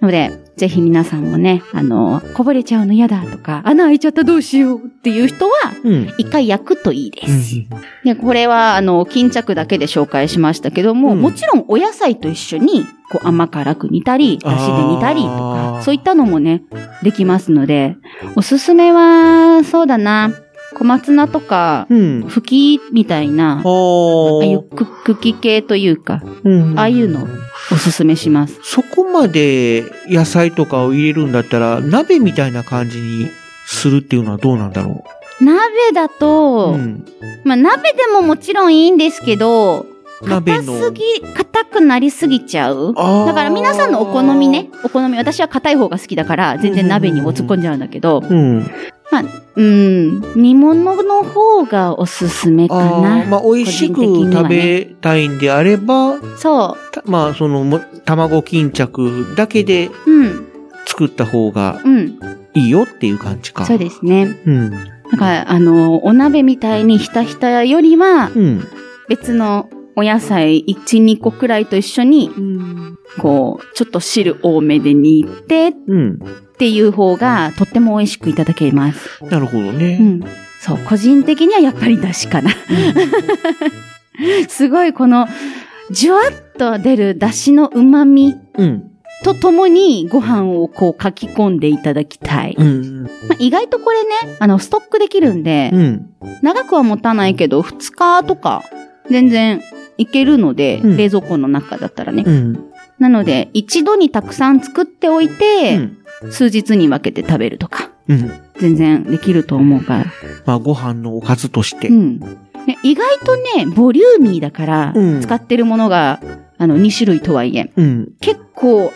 [SPEAKER 5] ので、ぜひ皆さんもね、あの、こぼれちゃうの嫌だとか、穴開いちゃったどうしようっていう人は、
[SPEAKER 4] うん。
[SPEAKER 5] 一回焼くといいです。で、これは、あの、巾着だけで紹介しましたけども、
[SPEAKER 4] うん
[SPEAKER 5] もちろんお野菜と一緒に、こう甘辛く煮たり、だしで煮たりと
[SPEAKER 4] あ
[SPEAKER 5] か
[SPEAKER 4] ー、
[SPEAKER 5] そういったのもね、できますので、おすすめは、そうだな、小松菜とか、
[SPEAKER 4] うん。
[SPEAKER 5] ふきみたいな、あ
[SPEAKER 4] ほ
[SPEAKER 5] あい
[SPEAKER 4] ー
[SPEAKER 5] うく茎系というか、
[SPEAKER 4] うん
[SPEAKER 5] ああいうのをおすすめします。
[SPEAKER 4] そこまで野菜とかを入れるんだったら、鍋みたいな感じにするっていうのはどうなんだろ
[SPEAKER 5] 鍋だ
[SPEAKER 4] う。
[SPEAKER 5] と、
[SPEAKER 4] ん。
[SPEAKER 5] まあ鍋でももちろんいいんですけど、
[SPEAKER 4] 鍋
[SPEAKER 5] 硬
[SPEAKER 4] の
[SPEAKER 5] すぎ、硬くなりすぎちゃう。
[SPEAKER 4] あー
[SPEAKER 5] だから皆さんのお好みね。、お好み、私は硬い方が好きだから、全然鍋にも突っ込んじゃうんだけど、
[SPEAKER 4] うん。
[SPEAKER 5] うん、煮物の方がおすすめか
[SPEAKER 4] あー
[SPEAKER 5] な。
[SPEAKER 4] まあ、美味しく
[SPEAKER 5] 個人的には
[SPEAKER 4] 食
[SPEAKER 5] ね
[SPEAKER 4] べたいんであれば、
[SPEAKER 5] そ
[SPEAKER 4] たまあ、その、も卵巾着だけで
[SPEAKER 5] う。うん、
[SPEAKER 4] 作った方が
[SPEAKER 5] うん、
[SPEAKER 4] いいよっていう感じか。
[SPEAKER 5] そうですね。
[SPEAKER 4] うん。
[SPEAKER 5] だから、あの、お鍋みたいにひたひたよりは、
[SPEAKER 4] うん。
[SPEAKER 5] 別のお野菜1、2個くらいと一緒に、
[SPEAKER 4] うん。
[SPEAKER 5] こう、ちょっと汁多めで煮てっ
[SPEAKER 4] うん。
[SPEAKER 5] ていう方が、とっても美味しくいただけます。
[SPEAKER 4] なるほど
[SPEAKER 5] う
[SPEAKER 4] ね。
[SPEAKER 5] ん。そう、個人的にはやっぱり出汁かな。 <laughs> すごいこの、じゅわっと出る出汁の旨味
[SPEAKER 4] うん。
[SPEAKER 5] とともにご飯をこう書き込んでいただきたい。
[SPEAKER 4] う
[SPEAKER 5] ま
[SPEAKER 4] ん。
[SPEAKER 5] あ、意外とこれね、あの、ストックできるんで
[SPEAKER 4] う、ん。
[SPEAKER 5] 長くは持たないけど、2日とか、全然いけるので、
[SPEAKER 4] うん
[SPEAKER 5] 冷蔵庫の中だったらね。
[SPEAKER 4] うん。
[SPEAKER 5] なので、一度にたくさん作っておいて、数日に分けて食べるとか、
[SPEAKER 4] うん。
[SPEAKER 5] 全然できると思うから。
[SPEAKER 4] まあ、ご飯のおかずとして
[SPEAKER 5] う。ん。ね意外とね、ボリューミーだから、
[SPEAKER 4] うん
[SPEAKER 5] 使ってるものが、あの、2種類とはいえ、
[SPEAKER 4] うん。
[SPEAKER 5] 結構、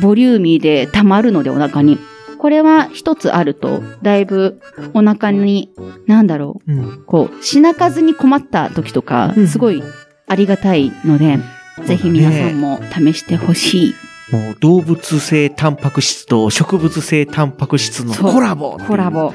[SPEAKER 5] ボリューミーで溜まるので、お腹に。これは一つあると、だいぶ、お腹に、なんだろ
[SPEAKER 4] うん
[SPEAKER 5] う、。こう、品数に困った時とか
[SPEAKER 4] うん、
[SPEAKER 5] すごい、ありがたいので、ぜひ皆さん
[SPEAKER 4] も。
[SPEAKER 5] も試してほしい。
[SPEAKER 4] もう動物性タンパク質と植物性タンパク質の
[SPEAKER 5] そう
[SPEAKER 4] コラボ。
[SPEAKER 5] コラ。ボ。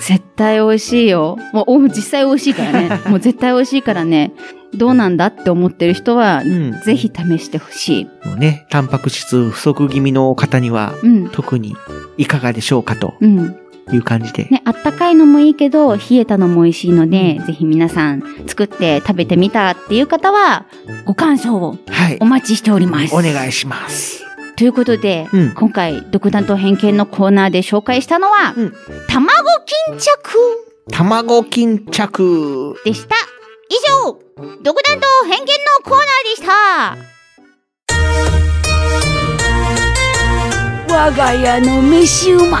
[SPEAKER 5] 絶対美味しいよ。もうお、実際美味しいから
[SPEAKER 4] <laughs>
[SPEAKER 5] ね。もう絶対美味しいからね。どうなんだって思ってる人は
[SPEAKER 4] う、ん。
[SPEAKER 5] ぜひ試してほしい。
[SPEAKER 4] もうね、タンパク質不足気味の方には、
[SPEAKER 5] うん。
[SPEAKER 4] 特にいかがでしょうかと
[SPEAKER 5] うん。
[SPEAKER 4] いう感じで。
[SPEAKER 5] ね、あったかいのもいいけど、冷えたのも美味しいので、ぜひ皆さん作って食べてみたっていう方は、ご感想を
[SPEAKER 4] はい
[SPEAKER 5] お。待ちしております。
[SPEAKER 4] お願いします。
[SPEAKER 5] ということで、
[SPEAKER 4] うん
[SPEAKER 5] 今回、独断と偏見のコーナーで紹介したのは、
[SPEAKER 4] うん
[SPEAKER 5] 卵巾着
[SPEAKER 4] 卵巾着。
[SPEAKER 5] でした。以上、独断と偏見のコーナーでした。
[SPEAKER 3] 我が家の飯馬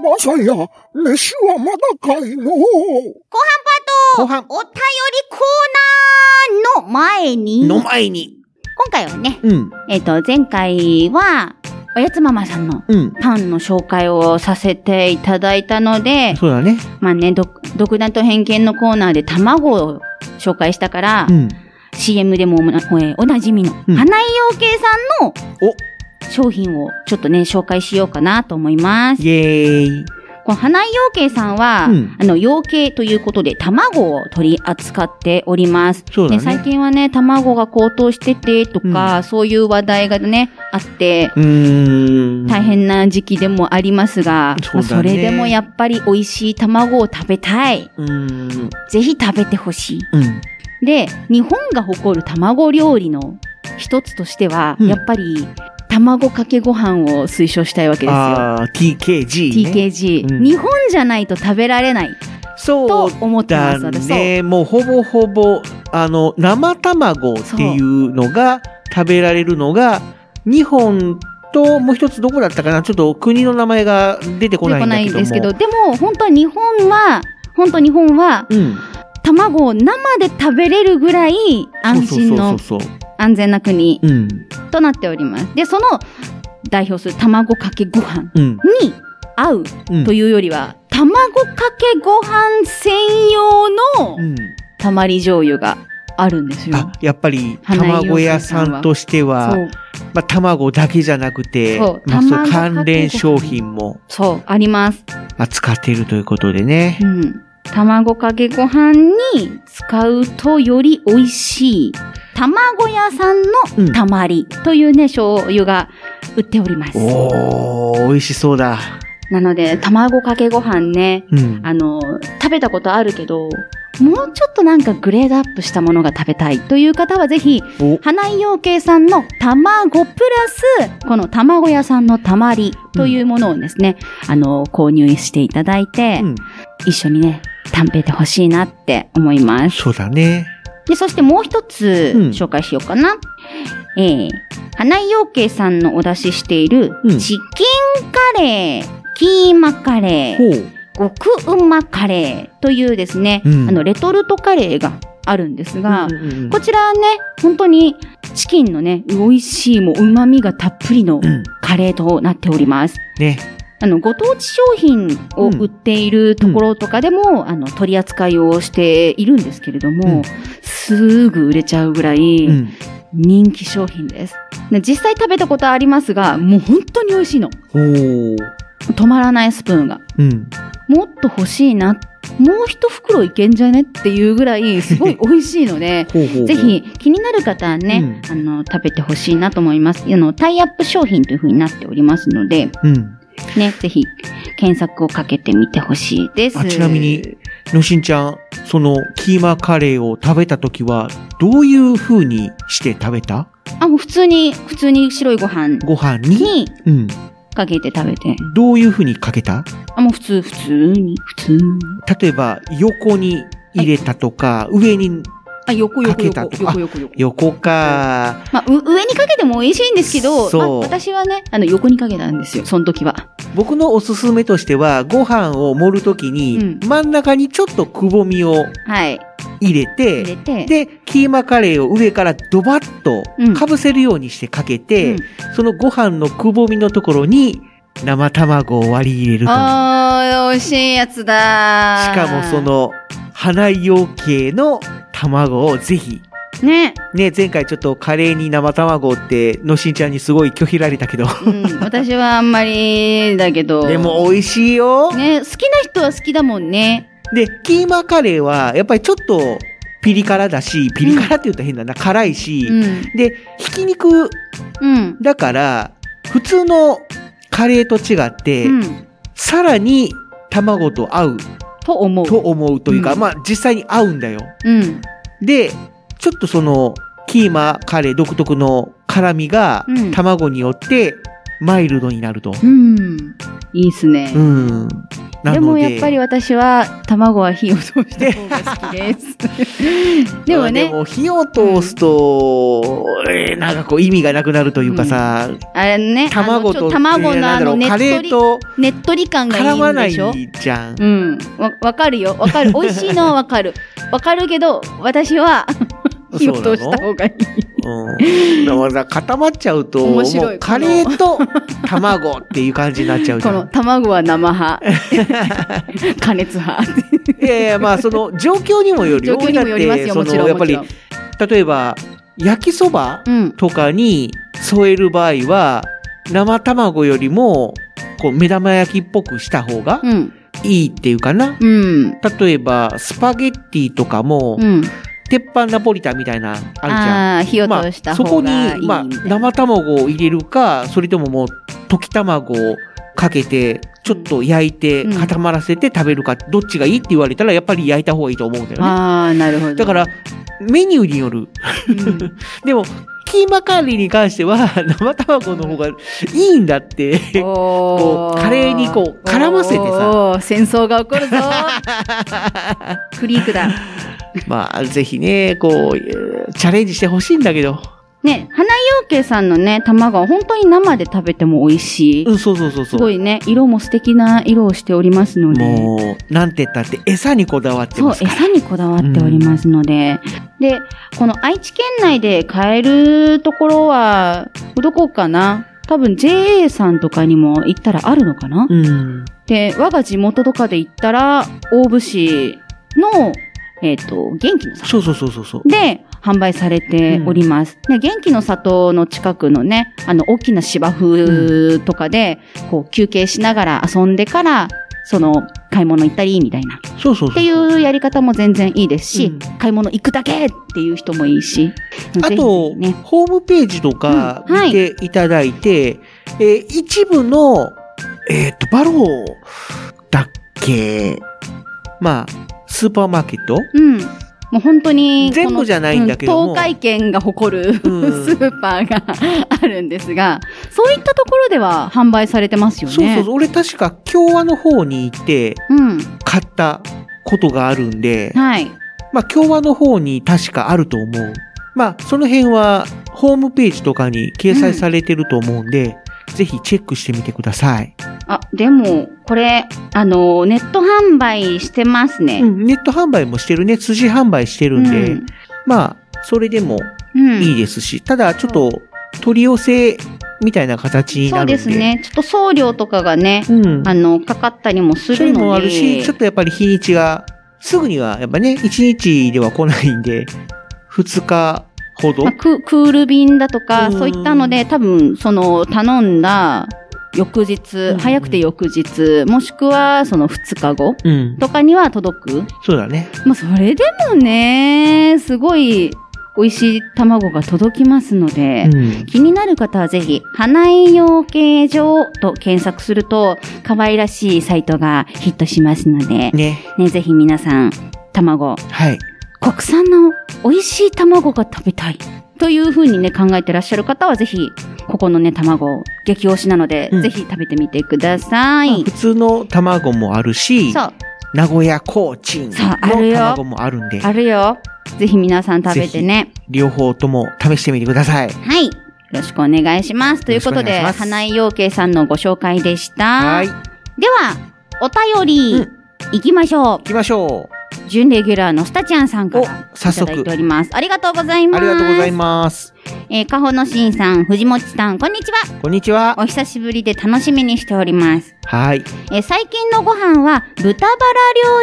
[SPEAKER 7] まさや、飯はまだかいの
[SPEAKER 4] 後
[SPEAKER 5] お
[SPEAKER 4] 半
[SPEAKER 5] 便りコーナーの前に、
[SPEAKER 4] の
[SPEAKER 5] 今
[SPEAKER 4] 前に。
[SPEAKER 5] 回はね、
[SPEAKER 4] うん。
[SPEAKER 5] えっ、と、前回は、おやつママさんの
[SPEAKER 4] うん。
[SPEAKER 5] パンの紹介をさせていただいたので、
[SPEAKER 4] そうだね。
[SPEAKER 5] まあね、独独断と偏見のコーナーで卵を紹介したから、
[SPEAKER 4] うん。
[SPEAKER 5] CM でもおなえおなじみの、
[SPEAKER 4] うん
[SPEAKER 5] 花井養鶏さんの商品をちょっとね、紹介しようかなと思います。
[SPEAKER 4] イエーイ。
[SPEAKER 5] この花井養鶏さんは、
[SPEAKER 4] うん
[SPEAKER 5] あの、養鶏ということで卵を取り扱っております。
[SPEAKER 4] そうだ
[SPEAKER 5] ね
[SPEAKER 4] ね。
[SPEAKER 5] 最近はね、卵が高騰しててとか、そういう話題がね、あって、
[SPEAKER 4] うーん。
[SPEAKER 5] 大。変な時期でもありますが、
[SPEAKER 4] そ
[SPEAKER 5] ま
[SPEAKER 4] うだね
[SPEAKER 5] あそれでもやっぱり美味しい卵を食べたい。
[SPEAKER 4] うーん。
[SPEAKER 5] ぜひ食べてほし
[SPEAKER 4] うん。
[SPEAKER 5] い。で、日本が誇る卵料理の一つとしては、
[SPEAKER 4] うん
[SPEAKER 5] やっぱり卵かけご飯を推奨したいわけですよ。
[SPEAKER 4] あー、TKG、ね。
[SPEAKER 5] TKG、
[SPEAKER 4] うん
[SPEAKER 5] 日本じゃないと食べられない
[SPEAKER 4] そ
[SPEAKER 5] と
[SPEAKER 4] う
[SPEAKER 5] 思ってま
[SPEAKER 4] だ
[SPEAKER 5] す、私。そう
[SPEAKER 4] ね。もうほぼほぼ、あの、生卵っていうのが食べられるのが、日本ともう一つどこだったかなちょっと国の名前が出てこ
[SPEAKER 5] 出
[SPEAKER 4] な
[SPEAKER 5] てこ
[SPEAKER 4] いん
[SPEAKER 5] な
[SPEAKER 4] だけ
[SPEAKER 5] いん
[SPEAKER 4] ども。
[SPEAKER 5] ですけど、でも本当は日本は、本当日本は
[SPEAKER 4] うん。
[SPEAKER 5] 卵を生で食べれるぐらい安心の
[SPEAKER 4] そうそうそうそ
[SPEAKER 5] 安全な国
[SPEAKER 4] う。うん。
[SPEAKER 5] となっております。で、その代表する卵かけご飯
[SPEAKER 4] うん。
[SPEAKER 5] に合う
[SPEAKER 4] うん
[SPEAKER 5] というよりは、卵かけご飯専用
[SPEAKER 4] う
[SPEAKER 5] の
[SPEAKER 4] ん。
[SPEAKER 5] たまり醤油があるんですよ。
[SPEAKER 4] あ、やっぱり、
[SPEAKER 5] 花井養
[SPEAKER 4] 卵
[SPEAKER 5] 鶏
[SPEAKER 4] 屋
[SPEAKER 5] さ
[SPEAKER 4] さ
[SPEAKER 5] んは
[SPEAKER 4] んとしては
[SPEAKER 5] そ、う、
[SPEAKER 4] まあ、卵だけじゃなくて、
[SPEAKER 5] そう
[SPEAKER 4] まあ、そう
[SPEAKER 5] 卵かけご飯
[SPEAKER 4] 関連商品も
[SPEAKER 5] そう、あります。
[SPEAKER 4] 扱っているということでね
[SPEAKER 5] う。ん。卵かけご飯に使うとより美味しい、卵屋さんのたまりというね、醤油が売っております。
[SPEAKER 4] おー、美味しそうだ。
[SPEAKER 5] なので、卵かけご飯ね、
[SPEAKER 4] うん。
[SPEAKER 5] あの、食べたことあるけど、もうちょっとなんかグレードアップしたものが食べたいという方はぜひ、
[SPEAKER 4] お
[SPEAKER 5] 花井養鶏さんの卵プラス、この卵屋さんのたまりというものをですね、あの、購入していただいて、
[SPEAKER 4] うん。
[SPEAKER 5] 一緒にね、食べてほしいなって思います。
[SPEAKER 4] そうだね。
[SPEAKER 5] で、そしてもう一つ
[SPEAKER 4] うん
[SPEAKER 5] 紹介しようかな。えー、花井養鶏さんのお出ししている
[SPEAKER 4] う、ん
[SPEAKER 5] チキンカレー、キーマカレー、
[SPEAKER 4] ほう。
[SPEAKER 5] 極うまカレーというですね、
[SPEAKER 4] うん
[SPEAKER 5] あの、レトルトカレーがあるんですが、
[SPEAKER 4] うんうんうん
[SPEAKER 5] こちらね、本当にチキンのね、美味しいもう旨味がたっぷりの
[SPEAKER 4] うん
[SPEAKER 5] カレーとなっております。
[SPEAKER 4] ね。
[SPEAKER 5] あの、ご当地商品を売っているところとかでも、あの、取り扱いをしているんですけれども、
[SPEAKER 4] うん
[SPEAKER 5] すぐ売れちゃうぐらい
[SPEAKER 4] うん。
[SPEAKER 5] 人気商品です。で実際食べたことありますが、もう本当に美味しいの。
[SPEAKER 4] ほう。
[SPEAKER 5] 止まらないスプーンが。
[SPEAKER 4] うん。、
[SPEAKER 5] もっと欲しいな。もう一袋いけんじゃねっていうぐらい、すごい美味しいので
[SPEAKER 4] <laughs> ほうほうほう。
[SPEAKER 5] ぜ。ひ気になる方はね、あの、食べてほしいなと思います。あの、タイアップ商品というふうになっておりますので、
[SPEAKER 4] うん。
[SPEAKER 5] ね、ぜひ検索をかけてみてほしいです。
[SPEAKER 4] あちなみに。のしんちゃん、そのキーマカレーを食べたときは、どういう風にして食べた
[SPEAKER 5] あ、もう普通に、普通に白いご飯
[SPEAKER 4] ご飯に
[SPEAKER 5] に
[SPEAKER 4] うん。
[SPEAKER 5] かけて食べて、
[SPEAKER 4] どういう風にかけた
[SPEAKER 5] あ、もう普通、普通に、普通に。
[SPEAKER 4] 例えば、横に入れたとか、上に
[SPEAKER 5] あ、横横
[SPEAKER 4] かけた
[SPEAKER 5] 横
[SPEAKER 4] と
[SPEAKER 5] 横横横。
[SPEAKER 4] 横か。
[SPEAKER 5] まあ、う上にかけても美味しいんですけど、
[SPEAKER 4] そう
[SPEAKER 5] まあ私はね、あの、横にかけたんですよ、その時は。
[SPEAKER 4] 僕のおすすめとしては、ご飯を盛るときに、
[SPEAKER 5] うん
[SPEAKER 4] 真ん中にちょっとくぼみを
[SPEAKER 5] はい。
[SPEAKER 4] 入れ
[SPEAKER 5] 入
[SPEAKER 4] て、
[SPEAKER 5] れて。
[SPEAKER 4] で、キーマカレーを上からドバッと
[SPEAKER 5] うん
[SPEAKER 4] かぶせるようにしてかけて、
[SPEAKER 5] うん
[SPEAKER 4] そのご飯のくぼみのところに生卵を割り入れると。し
[SPEAKER 5] あー、美味しいやつだー
[SPEAKER 4] かもそ。の、花用系の卵をぜひ。
[SPEAKER 5] ね。
[SPEAKER 4] ね、前回ちょっとカレーに生卵って、のしんちゃんにすごい拒否られたけど。
[SPEAKER 5] うん。私はあんまり、だけど。
[SPEAKER 4] で。も美味しいよ。
[SPEAKER 5] ね、好きな人は好きだもんね。
[SPEAKER 4] で、キーマカレーは、やっぱりちょっと、ピリ辛だし、ピリ辛って言ったら変だな、辛いし、
[SPEAKER 5] うん。
[SPEAKER 4] で、ひき肉
[SPEAKER 5] うん。
[SPEAKER 4] だから、普通のカレーと違って、
[SPEAKER 5] うん。
[SPEAKER 4] さらに卵と合う
[SPEAKER 5] と思う。
[SPEAKER 4] と思うというか、
[SPEAKER 5] うん
[SPEAKER 4] まあ実際に合うんだよ。
[SPEAKER 5] うん。
[SPEAKER 4] で、ちょっとその、キーマカレー独特の辛みが
[SPEAKER 5] うん、
[SPEAKER 4] 卵によってマイルドになると。
[SPEAKER 5] うん。いいっすね。
[SPEAKER 4] うん。なの
[SPEAKER 5] で
[SPEAKER 4] で、
[SPEAKER 5] もやっぱり私は卵は火を通した方が好きです。
[SPEAKER 4] <laughs>
[SPEAKER 5] でも
[SPEAKER 4] あで
[SPEAKER 5] ね、
[SPEAKER 4] も火を通すと、えーなんかこう意味がなくなるというかさ、
[SPEAKER 5] あれね、あの
[SPEAKER 4] 卵
[SPEAKER 5] ちょっ
[SPEAKER 4] と、
[SPEAKER 5] 卵のあの
[SPEAKER 4] えーなん
[SPEAKER 5] ね
[SPEAKER 4] だろう
[SPEAKER 5] っと
[SPEAKER 4] カレ
[SPEAKER 5] り
[SPEAKER 4] ー、と
[SPEAKER 5] ねっとり感がい
[SPEAKER 4] 絡
[SPEAKER 5] い
[SPEAKER 4] ま
[SPEAKER 5] ん
[SPEAKER 4] な
[SPEAKER 5] で
[SPEAKER 4] い
[SPEAKER 5] しょ
[SPEAKER 4] じゃん。
[SPEAKER 5] うん。わ、わかるよ。わかる。美味しいのはわかる。わかるけど、私は火を通した方がいい。
[SPEAKER 4] うん。だからさ固まっちゃうと、も
[SPEAKER 5] 面白いう
[SPEAKER 4] カレーと卵っていう感じになっちゃうじ
[SPEAKER 5] こ
[SPEAKER 4] ゃ
[SPEAKER 5] の
[SPEAKER 4] ん。
[SPEAKER 5] 卵は生
[SPEAKER 4] <laughs>
[SPEAKER 5] 派。加熱派。
[SPEAKER 4] いやいや、まあその状況にもよる
[SPEAKER 5] 状
[SPEAKER 4] よ。
[SPEAKER 5] 況にもよりますよ、
[SPEAKER 4] だ
[SPEAKER 5] も
[SPEAKER 4] って
[SPEAKER 5] ちろん。
[SPEAKER 4] そのや
[SPEAKER 5] も
[SPEAKER 4] っ
[SPEAKER 5] ち
[SPEAKER 4] ぱり、例えば、焼きそば
[SPEAKER 5] ろんうん。
[SPEAKER 4] とかに添える場合は、生卵よりも、こう、目玉焼きっぽくした方が
[SPEAKER 5] うん。
[SPEAKER 4] いいっていうかな。
[SPEAKER 5] うん。
[SPEAKER 4] 例えば、スパゲッティとかも、
[SPEAKER 5] うん。
[SPEAKER 4] 鉄板ナポリタンみたいな、あるじゃん。
[SPEAKER 5] ああー、火を
[SPEAKER 4] ま
[SPEAKER 5] 通
[SPEAKER 4] あ、
[SPEAKER 5] した
[SPEAKER 4] そ
[SPEAKER 5] 方
[SPEAKER 4] こ
[SPEAKER 5] がいい
[SPEAKER 4] に、
[SPEAKER 5] み
[SPEAKER 4] ま
[SPEAKER 5] た
[SPEAKER 4] あ、
[SPEAKER 5] いな。
[SPEAKER 4] 生卵を入れるか、それとももう、溶き卵をかけて、ちょっと焼いて
[SPEAKER 5] うん、
[SPEAKER 4] 固まらせて食べるか、どっちがいいって言われたら、やっぱり焼いた方がいいと思うんだよね。
[SPEAKER 5] ああ、なるほど。<laughs>
[SPEAKER 4] だから、メニューによる。
[SPEAKER 5] うん、
[SPEAKER 4] でも、キーマカレーに関しては、 <laughs> 生卵の方がいいんだって。
[SPEAKER 5] <laughs> こ
[SPEAKER 4] カレーにこう絡ませてさ
[SPEAKER 5] 戦争が起こる <laughs> ぞクリークだ。
[SPEAKER 4] まあ、ぜひね、こう、えーチャレンジしてほしいんだけど。
[SPEAKER 5] ね、花陽慶さんのね、卵は本当に生で食べても美味しい。
[SPEAKER 4] うん、そうそうそうそ
[SPEAKER 5] す
[SPEAKER 4] う。
[SPEAKER 5] ごいね、色も素敵な色をしておりますので。
[SPEAKER 4] もう、なんて言ったって、餌にこだわって
[SPEAKER 5] そう
[SPEAKER 4] ま、すから。
[SPEAKER 5] 餌にこだわっておりますので。で、この愛知県内で買えるところは、どこかな多分 JA さんとかにも行ったらあるのかな、
[SPEAKER 4] うん。
[SPEAKER 5] で、我が地元とかで行ったら、大府市の、えっ、と、元気の里
[SPEAKER 4] そうそうそうそうそう。
[SPEAKER 5] で販売されております。で、元気の里の近くのね、あの、大きな芝生とかで、こう、休憩しながら遊んでから、その、買い物行ったり、みたいな。っ
[SPEAKER 4] そうそうそう。
[SPEAKER 5] ていうやり方も全然いいですし、
[SPEAKER 4] うん
[SPEAKER 5] 買い物行くだけっていう人もいいし。
[SPEAKER 4] あ
[SPEAKER 5] ぜひ
[SPEAKER 4] と、
[SPEAKER 5] ね。
[SPEAKER 4] ホームページとか
[SPEAKER 5] うんはい
[SPEAKER 4] 見ていただいて、えー一部の、えっ、と、バローだっけ、まあ、スーパーマーケット
[SPEAKER 5] うん。もう本当に、
[SPEAKER 4] 全部じゃないんだけども
[SPEAKER 5] このうん東海県が誇る <laughs> ス
[SPEAKER 4] うん
[SPEAKER 5] ーパーがあるんですが、そういったところでは販売されてますよね。
[SPEAKER 4] そうそうそう。俺確か京和の方に行って
[SPEAKER 5] うん。
[SPEAKER 4] 買ったことがあるんで、
[SPEAKER 5] はい。
[SPEAKER 4] まあ、京和の方に確かあると思う。まあ、その辺はホームページとかに掲載されてると思うんで、ぜひチェックしてみてください。
[SPEAKER 5] あ、でも、これ、あの、ネット販売してます
[SPEAKER 4] う
[SPEAKER 5] ね。
[SPEAKER 4] ん、ネット販売もしてるね。辻販売してるんで、
[SPEAKER 5] うん
[SPEAKER 4] まあ、それでも
[SPEAKER 5] うん
[SPEAKER 4] いいですし、ただちょっと取り寄せみたいな形に
[SPEAKER 5] そ
[SPEAKER 4] なる
[SPEAKER 5] うん
[SPEAKER 4] で。
[SPEAKER 5] ですね。ちょっと送料とかがね、
[SPEAKER 4] うん。
[SPEAKER 5] あの、かかったりもす
[SPEAKER 4] そ
[SPEAKER 5] る
[SPEAKER 4] れ
[SPEAKER 5] ので。
[SPEAKER 4] もあるし、ちょっとやっぱり日にちが、すぐにはやっぱね、1日では来ないんで、2日ほど
[SPEAKER 5] まあ、ククール便だとか、
[SPEAKER 4] うん
[SPEAKER 5] そういったので、多分、その、頼んだ、翌日、
[SPEAKER 4] うん
[SPEAKER 5] 早くて翌日、もしくは、その2日後
[SPEAKER 4] うん。
[SPEAKER 5] とかには届く。
[SPEAKER 4] そうだね。
[SPEAKER 5] まあ、それでもね、すごい、美味しい卵が届きますので、
[SPEAKER 4] うん。
[SPEAKER 5] 気になる方はぜひ、花栄養形状と検索すると、可愛らしいサイトがヒットしますので、
[SPEAKER 4] ね。
[SPEAKER 5] ね、ぜひ皆さん、卵、
[SPEAKER 4] はい。
[SPEAKER 5] 国産の美味しい卵が食べたい。というふうにね、考えてらっしゃる方は、ぜひ、ここのね、卵、激推しなので、
[SPEAKER 4] うん
[SPEAKER 5] ぜひ食べてみてください。
[SPEAKER 4] まあ普通の卵もあるし、
[SPEAKER 5] そう。
[SPEAKER 4] 名古屋コーチンの
[SPEAKER 5] そうあるよ
[SPEAKER 4] 卵もあるんで、
[SPEAKER 5] あるよ。ぜひ皆さん食べてね。
[SPEAKER 4] 両方とも試してみてください。
[SPEAKER 5] はい。よろしくお願いします。ということ
[SPEAKER 4] よ
[SPEAKER 5] で、
[SPEAKER 4] ろしくお願いします
[SPEAKER 5] 花井陽慶さんのご紹介でした。
[SPEAKER 4] はい。行
[SPEAKER 5] では、お便り、
[SPEAKER 4] う
[SPEAKER 5] 行きましょ
[SPEAKER 4] きましょ
[SPEAKER 5] う。準レギュラーのスタちゃんさんからい
[SPEAKER 4] お早
[SPEAKER 5] た
[SPEAKER 4] 速。
[SPEAKER 5] だいております。ありがとうございうま
[SPEAKER 4] あ
[SPEAKER 5] す。
[SPEAKER 4] りがとうございます。
[SPEAKER 5] えー、かほのしんさん、藤もちさん、こんにちは。
[SPEAKER 4] こんにちは。
[SPEAKER 5] お久しぶりで楽しみにしております。
[SPEAKER 4] はい。
[SPEAKER 5] えー、最近のご飯は豚バラ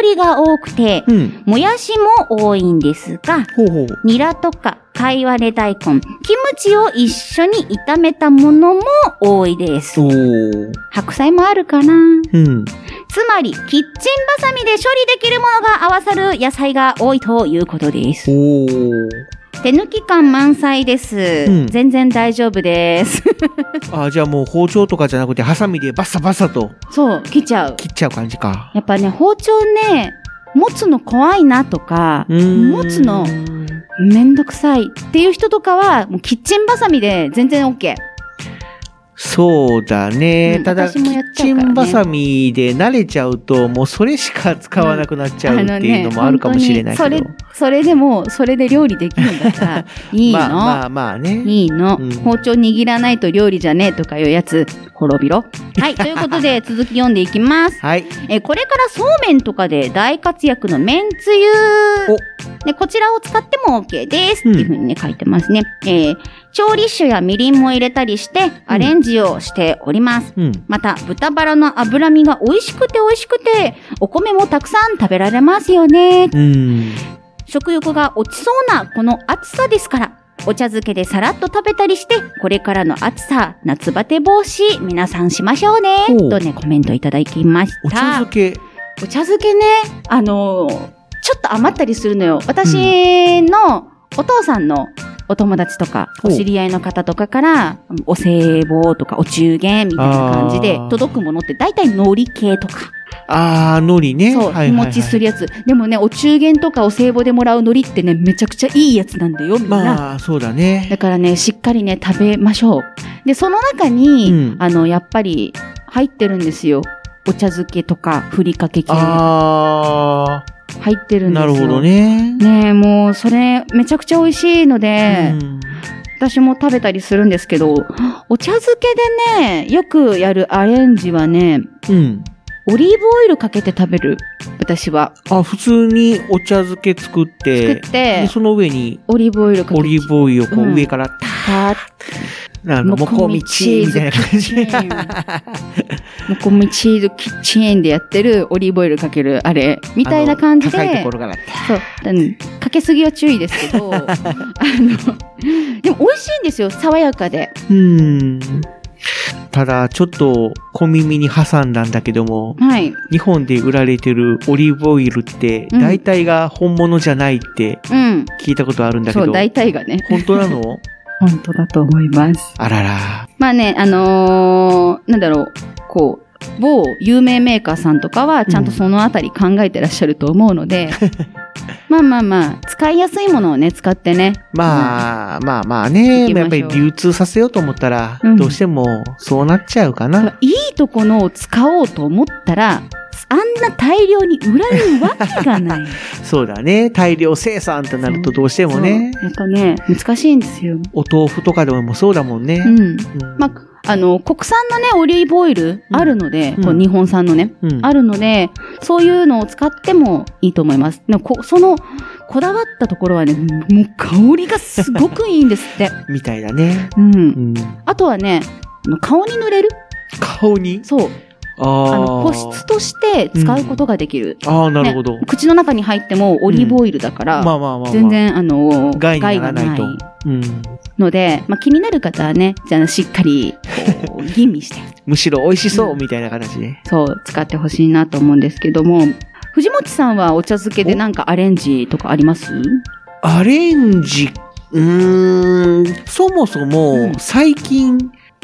[SPEAKER 5] 料理が多くて、
[SPEAKER 4] うん。
[SPEAKER 5] もやしも多いんですが、
[SPEAKER 4] ほうほう。
[SPEAKER 5] ニラとか、かいわれ大根、キムチを一緒に炒めたものも多いです。
[SPEAKER 4] おー。
[SPEAKER 5] 白菜もあるかな
[SPEAKER 4] うん。
[SPEAKER 5] つまり、キッチンバサミで処理できるものが合わさる野菜が多いということです。
[SPEAKER 4] おー。
[SPEAKER 5] 手抜き感満載です。
[SPEAKER 4] うん
[SPEAKER 5] 全然大丈夫です。 <laughs>
[SPEAKER 4] あ、じゃあもう包丁とかじゃなくて、ハサミでバッサバッサと
[SPEAKER 5] そう、切っちゃう。
[SPEAKER 4] 切っちゃう感じか。
[SPEAKER 5] やっぱね、包丁ね、持つの怖いなとか、
[SPEAKER 4] うーん
[SPEAKER 5] 持つのめんどくさいっていう人とかは、もうキッチンバサミで全然 OK。
[SPEAKER 4] そうだね。
[SPEAKER 5] うん
[SPEAKER 4] ただ、
[SPEAKER 5] 私
[SPEAKER 4] キ
[SPEAKER 5] もやっ
[SPEAKER 4] ッ
[SPEAKER 5] ちゃう
[SPEAKER 4] チ
[SPEAKER 5] からね
[SPEAKER 4] ンバサミで慣れちゃうと、もうそれしか使わなくなっちゃうっていうのもあるかもしれないけど。
[SPEAKER 5] あのね本当にそれ、それでも、それで料理できるんだったら、
[SPEAKER 4] <laughs>
[SPEAKER 5] いいの。
[SPEAKER 4] まあまあまあね。
[SPEAKER 5] いいの、
[SPEAKER 4] うん
[SPEAKER 5] 包丁握らないと料理じゃねえとかいうやつ、滅びろ。はい。ということで、続き読んでいきます。
[SPEAKER 4] はい。
[SPEAKER 5] えーこれからそうめんとかで大活躍のめんつゆ。で、こちらを使っても OK です。
[SPEAKER 4] うん
[SPEAKER 5] っていうふうにね、書いてますね。えー調理酒やみりんも入れたりして、アレンジをしております。
[SPEAKER 4] うん。
[SPEAKER 5] また、豚バラの脂身が美味しくて美味しくて、お米もたくさん食べられますよね。
[SPEAKER 4] うん。
[SPEAKER 5] 食欲が落ちそうなこの暑さですから、お茶漬けでさらっと食べたりして、これからの暑さ、夏バテ防止、皆さんしましょうね
[SPEAKER 4] ほう。
[SPEAKER 5] とね、コメントいただきまし
[SPEAKER 4] お茶
[SPEAKER 5] た。
[SPEAKER 4] 漬け。
[SPEAKER 5] お茶漬けね、あのーちょっと余ったりするのよ。私のお父さんのお友達とか、
[SPEAKER 4] ほ
[SPEAKER 5] お
[SPEAKER 4] う
[SPEAKER 5] 知り合いの方とかから、お歳暮とかお中元みたいな感じで
[SPEAKER 4] あー
[SPEAKER 5] 届くものって大体海苔系とか、
[SPEAKER 4] あー、海苔ね。
[SPEAKER 5] そう、日持ちするやつ。でもね、お中元とかお歳暮でもらう海苔ってね、めちゃくちゃいいやつなんだよ、みんな。
[SPEAKER 4] まあ、そうだ
[SPEAKER 5] だ
[SPEAKER 4] ね。
[SPEAKER 5] からね、しっかりね、食べましょう。で、その中に、
[SPEAKER 4] うん
[SPEAKER 5] あの、やっぱり入ってるんですよ。お茶漬けとか、ふりかけ系。入
[SPEAKER 4] あ
[SPEAKER 5] ってる
[SPEAKER 4] ー、
[SPEAKER 5] んです
[SPEAKER 4] な
[SPEAKER 5] よ。
[SPEAKER 4] るほど。ね。
[SPEAKER 5] ねえ、もう、それ、めちゃくちゃ美味しいので、
[SPEAKER 4] うん
[SPEAKER 5] 私も食べたりするんですけど、お茶漬けでね、よくやるアレンジはね、
[SPEAKER 4] うん。
[SPEAKER 5] オリーブオイルかけて食べる。私は。
[SPEAKER 4] あ、普通にお茶漬け作って、
[SPEAKER 5] 作って
[SPEAKER 4] で、その上に
[SPEAKER 5] オリーブオイルかけて。
[SPEAKER 4] オリーブオイルをこ
[SPEAKER 5] う
[SPEAKER 4] うん上から、た
[SPEAKER 5] た
[SPEAKER 4] ーあの、も
[SPEAKER 5] も
[SPEAKER 4] こ
[SPEAKER 5] こ
[SPEAKER 4] み
[SPEAKER 5] み
[SPEAKER 4] ち
[SPEAKER 5] ち
[SPEAKER 4] みたいな感じ。
[SPEAKER 5] もこみチーズキッチンでやってるオリーブオイルかけるあれ <laughs> みたいな感じで
[SPEAKER 4] あの高いところから。
[SPEAKER 5] そううんかけすぎは注意ですけ
[SPEAKER 4] <laughs>
[SPEAKER 5] どあのでも美味しいんですよ爽やかで
[SPEAKER 4] うん。ただ、ちょっと小耳に挟んだんだけども、
[SPEAKER 5] はい
[SPEAKER 4] 日本で売られてるオリーブオイルって、
[SPEAKER 5] うん
[SPEAKER 4] 大体が本物じゃないって
[SPEAKER 5] うん
[SPEAKER 4] 聞いたことあるんだけ
[SPEAKER 5] そう
[SPEAKER 4] ど、
[SPEAKER 5] 大体がね
[SPEAKER 4] 本当な
[SPEAKER 5] <laughs>
[SPEAKER 4] の
[SPEAKER 5] 本当だと思います
[SPEAKER 4] あらら。
[SPEAKER 5] まあねあのーなんだろうこう某有名メーカーさんとかはちゃんとそのあたり考えてらっしゃると思うの
[SPEAKER 4] <laughs>
[SPEAKER 5] で、まあまあまあ使いやすいものをね使ってね
[SPEAKER 4] まあ、まあまあ
[SPEAKER 5] 行
[SPEAKER 4] ね、
[SPEAKER 5] きましょう
[SPEAKER 4] やっぱり流通させようと思ったら
[SPEAKER 5] う、ん
[SPEAKER 4] どうしてもそうなっちゃうか
[SPEAKER 5] だか
[SPEAKER 4] な。
[SPEAKER 5] らいいとこのを使おうと思ったら、あんな大量に売られるわけが
[SPEAKER 4] <laughs>
[SPEAKER 5] ない。
[SPEAKER 4] そうだね。大量生産となるとどうしてもね、
[SPEAKER 5] そうやっぱね、難しいんですよ。
[SPEAKER 4] お豆腐とかでもそうだもん
[SPEAKER 5] う
[SPEAKER 4] ね。
[SPEAKER 5] ん。
[SPEAKER 4] うん
[SPEAKER 5] まあ、あの、国産のね、オリーブオイル
[SPEAKER 4] うん
[SPEAKER 5] あるので、
[SPEAKER 4] うん
[SPEAKER 5] こう日本産のね、
[SPEAKER 4] うん
[SPEAKER 5] あるので、そういうのを使ってもいいと思います。でもこその、こだわったところはね、もう香りがすごくいいんですって。
[SPEAKER 4] みたいだね。
[SPEAKER 5] う。
[SPEAKER 4] <laughs> うんん、
[SPEAKER 5] あとはね、あの顔に塗れる
[SPEAKER 4] 顔に
[SPEAKER 5] そう。
[SPEAKER 4] あ
[SPEAKER 5] あ
[SPEAKER 4] あ
[SPEAKER 5] の、保湿として使うことができる。
[SPEAKER 4] ああ、なるほど。
[SPEAKER 5] 口の中に入ってもオリーブオイルだから、
[SPEAKER 4] まあまあまあ、まあ。
[SPEAKER 5] 全。然、あの、
[SPEAKER 4] 害にならないと
[SPEAKER 5] 害が。
[SPEAKER 4] うん。
[SPEAKER 5] ので、まあ、気になる方はね、じゃあしっかり、こう、吟味
[SPEAKER 4] <laughs>
[SPEAKER 5] して、
[SPEAKER 4] むしろ美味しそううみたいな形で。
[SPEAKER 5] そう、使ってほしいなと思うんですけども、藤本さんはお茶漬けでなんかアレンジとかあります
[SPEAKER 4] アレンジ、うーん、そもそも最近、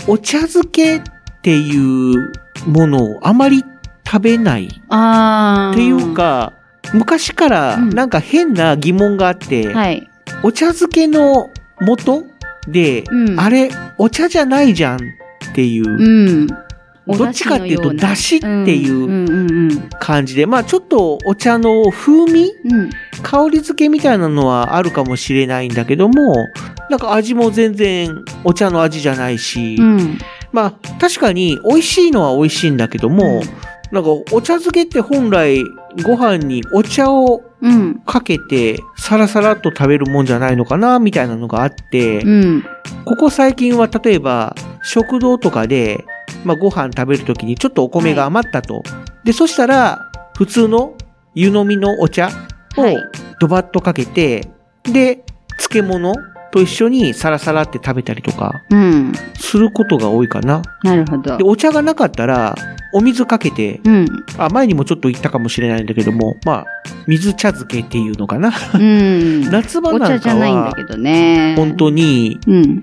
[SPEAKER 4] お茶漬けっていうものをあまり食べないっ
[SPEAKER 5] あー。
[SPEAKER 4] ていう、か、昔から
[SPEAKER 5] うん
[SPEAKER 4] なんか変な疑問があって、
[SPEAKER 5] はい。
[SPEAKER 4] お茶漬けの素で、
[SPEAKER 5] うん
[SPEAKER 4] あれ、お茶じゃないじゃんっていうう、
[SPEAKER 5] ん。お
[SPEAKER 4] どっちかっていうと
[SPEAKER 5] 出
[SPEAKER 4] 出汁っていうう
[SPEAKER 5] う
[SPEAKER 4] ん
[SPEAKER 5] んうんうん
[SPEAKER 4] 感じで、まあちょっとお茶の風味
[SPEAKER 5] うん
[SPEAKER 4] 香り付けみたいなのはあるかもしれないんだけども、なんか味も全然お茶の味じゃないし、
[SPEAKER 5] うん
[SPEAKER 4] まあ確かに美味しいのは美味しいんだけども、なんかお茶漬けって本来ご飯にお茶を
[SPEAKER 5] うん
[SPEAKER 4] かけてサラサラっと食べるもんじゃないのかなみたいなのがあって、
[SPEAKER 5] うん
[SPEAKER 4] ここ最近は例えば食堂とかで、まあ、ご飯食べるときにちょっとお米が余ったと。で、そしたら普通の湯飲みのお茶を
[SPEAKER 5] はい
[SPEAKER 4] ドバッとかけて、で、漬物と一緒にサラサラって食べたりとか
[SPEAKER 5] うん
[SPEAKER 4] することが多いかな。
[SPEAKER 5] なるほど
[SPEAKER 4] で、お茶がなかったらお水かけて、
[SPEAKER 5] うん
[SPEAKER 4] あ、前にもちょっと言ったかもしれないんだけども、まあ、水茶漬けっていうのかな。
[SPEAKER 5] うん
[SPEAKER 4] 夏場
[SPEAKER 5] お
[SPEAKER 4] な
[SPEAKER 5] 茶
[SPEAKER 4] ん
[SPEAKER 5] じ
[SPEAKER 4] か
[SPEAKER 5] ゃないんだ
[SPEAKER 4] は
[SPEAKER 5] けどね
[SPEAKER 4] 本当に
[SPEAKER 5] うん
[SPEAKER 4] 例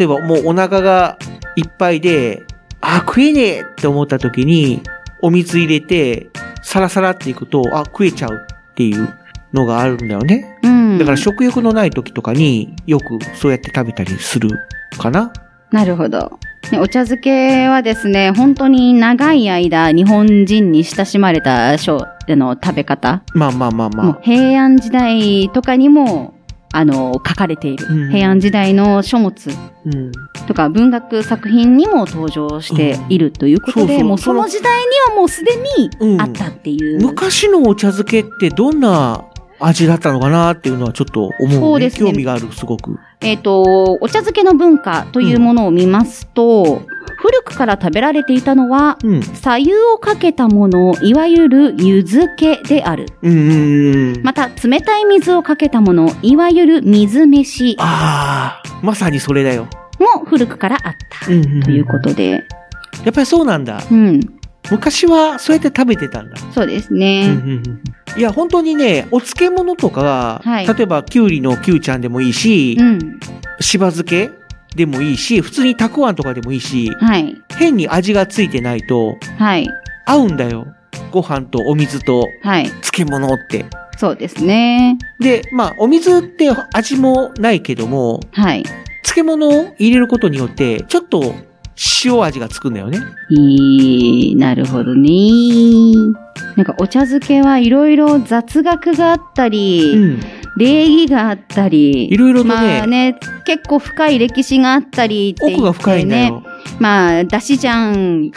[SPEAKER 4] えばもうお腹がいっぱいで、あ、食えねえって思った時に、お水入れて、サラサラっていくと、あ、食えちゃうっていうのがあるんだよね。
[SPEAKER 5] うん
[SPEAKER 4] だから食欲のない時とかによくそうやって食べたりするかな。
[SPEAKER 5] なるほど。ねお茶漬けはですね、本当に長い間、日本人に親しまれた商での食べ方、
[SPEAKER 4] まあまあまあま
[SPEAKER 5] も
[SPEAKER 4] あ
[SPEAKER 5] う。平安時代とかにも、あの、書かれている。
[SPEAKER 4] うん
[SPEAKER 5] 平安時代の書物
[SPEAKER 4] うん。
[SPEAKER 5] とか文学作品にも登場しているということで、
[SPEAKER 4] うん
[SPEAKER 5] もう
[SPEAKER 4] そ
[SPEAKER 5] そう
[SPEAKER 4] そう
[SPEAKER 5] の時代にはもうすで
[SPEAKER 4] うん
[SPEAKER 5] にあったっていう。
[SPEAKER 4] 昔のお茶漬けってどんな味だったのかなっていうのはちょっと思う、ね。
[SPEAKER 5] そうですね
[SPEAKER 4] 興味がある、すごく。
[SPEAKER 5] えっ、と、お茶漬けの文化というものを見ますと、古くから食べられていたのは、
[SPEAKER 4] うん。
[SPEAKER 5] 左右をかけたもの、いわゆる湯漬けである。
[SPEAKER 4] うんうんうん。
[SPEAKER 5] また、冷たい水をかけたもの、いわゆる水飯
[SPEAKER 4] ああ、まさにそれだよ。
[SPEAKER 5] も古くからあった。
[SPEAKER 4] んんん
[SPEAKER 5] ということで、
[SPEAKER 4] やっぱりそうなんだ。
[SPEAKER 5] うん、
[SPEAKER 4] 昔はそうやって食べてたんだ。
[SPEAKER 5] そうです
[SPEAKER 4] うん
[SPEAKER 5] ね。
[SPEAKER 4] うんうんいや、本当にね、お漬物とか、
[SPEAKER 5] はい
[SPEAKER 4] 例えば、きゅうりのきゅうちゃんでもいいし
[SPEAKER 5] う、ん、
[SPEAKER 4] しば漬けでもいいし、普通にたくあんとかでもいいし、
[SPEAKER 5] はい、
[SPEAKER 4] 変に味がついてないと、
[SPEAKER 5] はい、
[SPEAKER 4] 合うんだよ。ご飯とお水と
[SPEAKER 5] はい、
[SPEAKER 4] 漬物って。
[SPEAKER 5] そうですね。
[SPEAKER 4] で、まあ、お水って味もないけども、
[SPEAKER 5] はい。
[SPEAKER 4] 漬物を入れることによって、ちょっと塩味がつくんだよね。
[SPEAKER 5] いい、なるほどね。なんかお茶漬けはいろいろ雑学があったり、
[SPEAKER 4] うん。
[SPEAKER 5] 礼儀があったり、
[SPEAKER 4] いろいろとね
[SPEAKER 5] まあね、結構深い歴史があったりって言って、ね、
[SPEAKER 4] 奥が深いんだよ。
[SPEAKER 5] まあ、だしじゃ
[SPEAKER 4] <laughs>
[SPEAKER 5] ん、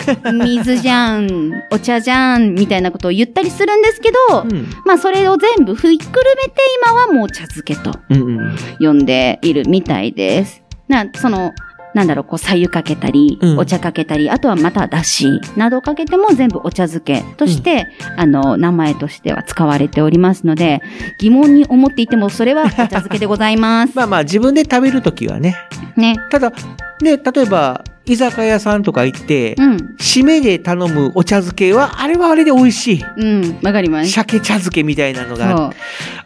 [SPEAKER 5] 水じゃん、お茶じゃん、みたいなことを言ったりするんですけど、
[SPEAKER 4] うん。
[SPEAKER 5] まあ、それを全部ふっくるめて、今はもう茶漬けと
[SPEAKER 4] うんうん。
[SPEAKER 5] 呼んでいるみたいです。な、その、なんだろう、こう、左右かけたり、
[SPEAKER 4] うん
[SPEAKER 5] お茶かけたり、あとはまただしなどをかけても全部お茶漬けとして、あの、名前としては使われておりますので、疑問に思っていても、それはお茶漬けでございます
[SPEAKER 4] <laughs> ま。あまあ、自分で食べるときはね、
[SPEAKER 5] ね。
[SPEAKER 4] ただ、ね、例えば、居酒屋さんとか行って、
[SPEAKER 5] うん。
[SPEAKER 4] 締めで頼むお茶漬けは、あれはあれで美味しい。
[SPEAKER 5] うん、わかります。
[SPEAKER 4] 鮭茶漬けみたいなのがあ
[SPEAKER 5] そ
[SPEAKER 4] っ
[SPEAKER 5] う
[SPEAKER 4] て、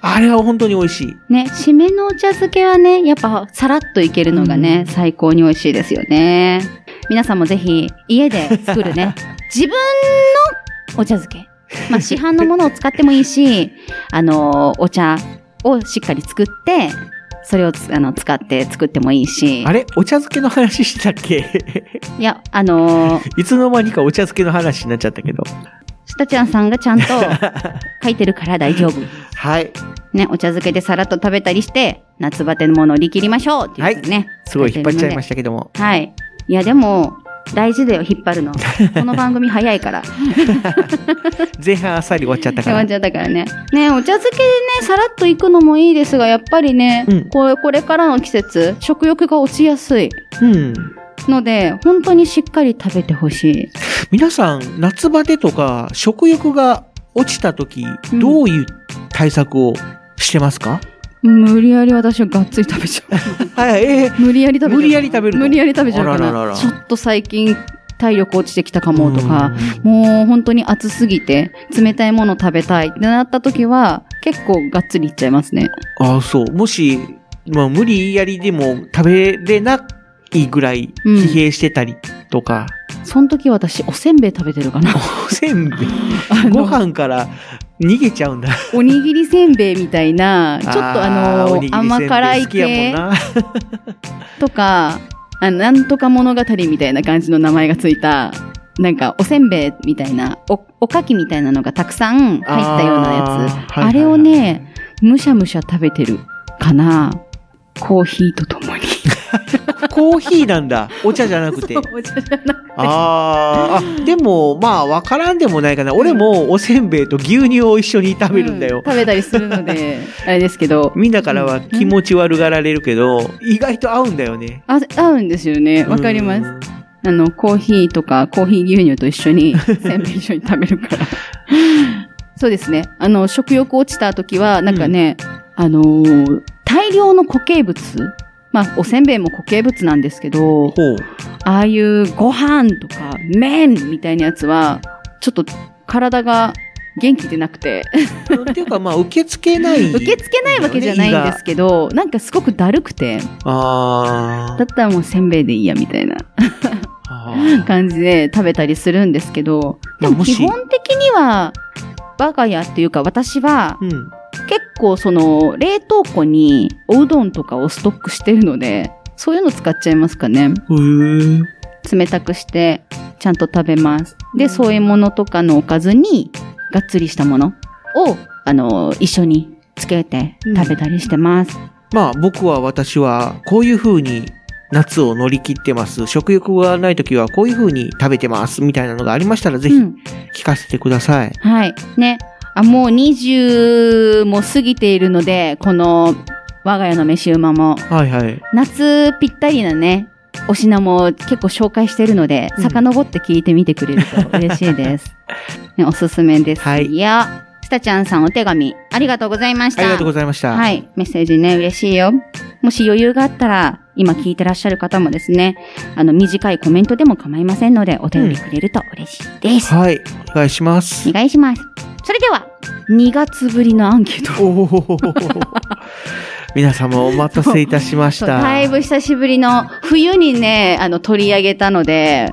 [SPEAKER 4] あれは本当に美味しい。
[SPEAKER 5] ね、締めのお茶漬けはね、やっぱさらっといけるのがね、最高に美味しいですよね。皆さんもぜひ家で作る
[SPEAKER 4] <laughs>
[SPEAKER 5] ね、自分のお茶漬け。まあ市販のものを使ってもいいし、あの、お茶をしっかり作って、それをつあの使って作ってもいいし
[SPEAKER 4] あ。れお茶漬けの話してたっけ <laughs>
[SPEAKER 5] いや、あの、
[SPEAKER 4] いつの間にかお茶漬けの話になっちゃったけど。
[SPEAKER 5] したちゃんさんがち
[SPEAKER 4] <laughs>
[SPEAKER 5] ゃんと書いてるから大丈夫。
[SPEAKER 4] はい。
[SPEAKER 5] ね、お茶漬けでさらっと食べたりして、夏バテのものを売り切りましょうっていうことね。
[SPEAKER 4] すごい引っ張っちゃいま
[SPEAKER 5] し
[SPEAKER 4] したけども。
[SPEAKER 5] た。はい。いや、でも、大事だよ、引っ張
[SPEAKER 4] <laughs>
[SPEAKER 5] るの。この番組早いから。
[SPEAKER 4] 前半あっさり終わっちゃったか
[SPEAKER 5] 終わ
[SPEAKER 4] ら
[SPEAKER 5] っ。ちゃったからね。ね、お茶漬けでね、さらっと行くのもいいですが、やっぱりね、
[SPEAKER 4] うん
[SPEAKER 5] これこれからの季節、食欲が落ちやすい
[SPEAKER 4] うん。
[SPEAKER 5] ので、本当にしっかり食べてほしい。
[SPEAKER 4] 皆さん、夏バテとか食欲が落ちた時、
[SPEAKER 5] うん
[SPEAKER 4] どういう対策をしてますか、
[SPEAKER 5] 無理やり私はがっつり食べちゃ
[SPEAKER 4] はい、えー
[SPEAKER 5] う。無理やり食べちゃう。
[SPEAKER 4] 無理やり食べるの
[SPEAKER 5] 無理やり食べちゃうかな。
[SPEAKER 4] あらららら
[SPEAKER 5] ちょっと最近、体力落ちてきたかもとか、
[SPEAKER 4] うん
[SPEAKER 5] もう本当に暑すぎて、冷たいもの食べたいってなった時は、結構がっつりいっちゃいますね。
[SPEAKER 4] ああ、そう。もし、まあ、無理やりでも食べれないぐらい
[SPEAKER 5] うん
[SPEAKER 4] 疲弊してたりとか、
[SPEAKER 5] その時私、おせんべい食べてるかな。
[SPEAKER 4] おせんべい、
[SPEAKER 5] <laughs> あの
[SPEAKER 4] ご飯から逃げちゃうんだ。ち
[SPEAKER 5] おにぎりせんべいみたいな、ちょっとあの、甘辛い
[SPEAKER 4] 好きやもん
[SPEAKER 5] 系
[SPEAKER 4] な。
[SPEAKER 5] とか、あなんとか物語みたいな感じの名前がついた、なんかおせんべいみたいなおおかきみたいなのがたくさん入ったようなやつ
[SPEAKER 4] あーはいはいはい
[SPEAKER 5] あれをねむしゃむしゃ食べてるかなコーヒーとともに
[SPEAKER 4] コーヒーなんだ。お茶じゃなくて。
[SPEAKER 5] そう <laughs> お茶じゃな
[SPEAKER 4] あーあ、でも、まあ、わからんでもないかな。俺もおせんべいと牛乳を一緒に炒めるんだよ
[SPEAKER 5] う。食べたりするのであれですけど
[SPEAKER 4] <laughs> みんなからは気持ち悪がられるけど、意外と合うんだよね。
[SPEAKER 5] あ合うんですよねわかります
[SPEAKER 4] す。
[SPEAKER 5] あのコーヒーとかコーヒー牛乳と一緒にせんべい一緒に食べるからそうですねあの食欲落ちた時はなんかね、あのー大量の固形物まあおせんべいも固形物なんですけど
[SPEAKER 4] ほう。
[SPEAKER 5] ああいうご飯とか麺みたいなやつは、ちょっと体が元気でなくて、
[SPEAKER 4] っていうか、まあ、受け付けな
[SPEAKER 5] <laughs>
[SPEAKER 4] い。
[SPEAKER 5] 受け付けないわけじゃないんですけど、なんかすごくだるくて、
[SPEAKER 4] あ
[SPEAKER 5] だったらもうせんべいでいいやみたいな
[SPEAKER 4] あ。ああ
[SPEAKER 5] 感じで食べたりするんですけど、で
[SPEAKER 4] まあも
[SPEAKER 5] も
[SPEAKER 4] し
[SPEAKER 5] 基本的には、我が家っていうか私は
[SPEAKER 4] う、ん。
[SPEAKER 5] 結構その冷凍庫におうどんとかをストックしてるので、そういうの使っちゃいますかね。
[SPEAKER 4] へえ。
[SPEAKER 5] 冷たくしてちゃんと食べます。で、そういうものとかのおかずにがっつりしたものをあの一緒につけて食べたりしてます。
[SPEAKER 4] まあ、僕は私は、こういう風に、夏を乗り切ってます。食欲がない時はこういう風に食べてます。みたいなのがありましたら、ぜひ
[SPEAKER 5] うん
[SPEAKER 4] 聞かせてください。
[SPEAKER 5] はい。ね。あ、もう20も過ぎているので、この我が家の飯馬も
[SPEAKER 4] はいはい。
[SPEAKER 5] 夏ぴったりなね、お品も結構紹介してるので、
[SPEAKER 4] うん
[SPEAKER 5] 遡って聞いてみてくれると嬉しい
[SPEAKER 4] <laughs>
[SPEAKER 5] です。ね、おすすめですよ。
[SPEAKER 4] はい
[SPEAKER 5] スタちゃんさんお手紙ありがとうございまし
[SPEAKER 4] あ
[SPEAKER 5] た。
[SPEAKER 4] りがとうございました。
[SPEAKER 5] はい。メッセージね、嬉しいよ。もし余裕があったら、今聞いてらっしゃる方もですね、あの、短いコメントでも構いませんので、お便りくれると嬉しいです。
[SPEAKER 4] はい。お願いします
[SPEAKER 5] <laughs> お。願いします。それでは、2月ぶりのアンケート。
[SPEAKER 4] おお。皆様お待たせいたしまし
[SPEAKER 5] そう
[SPEAKER 4] た。
[SPEAKER 5] だいぶ久しぶりの、冬にね、あの、取り上げたので、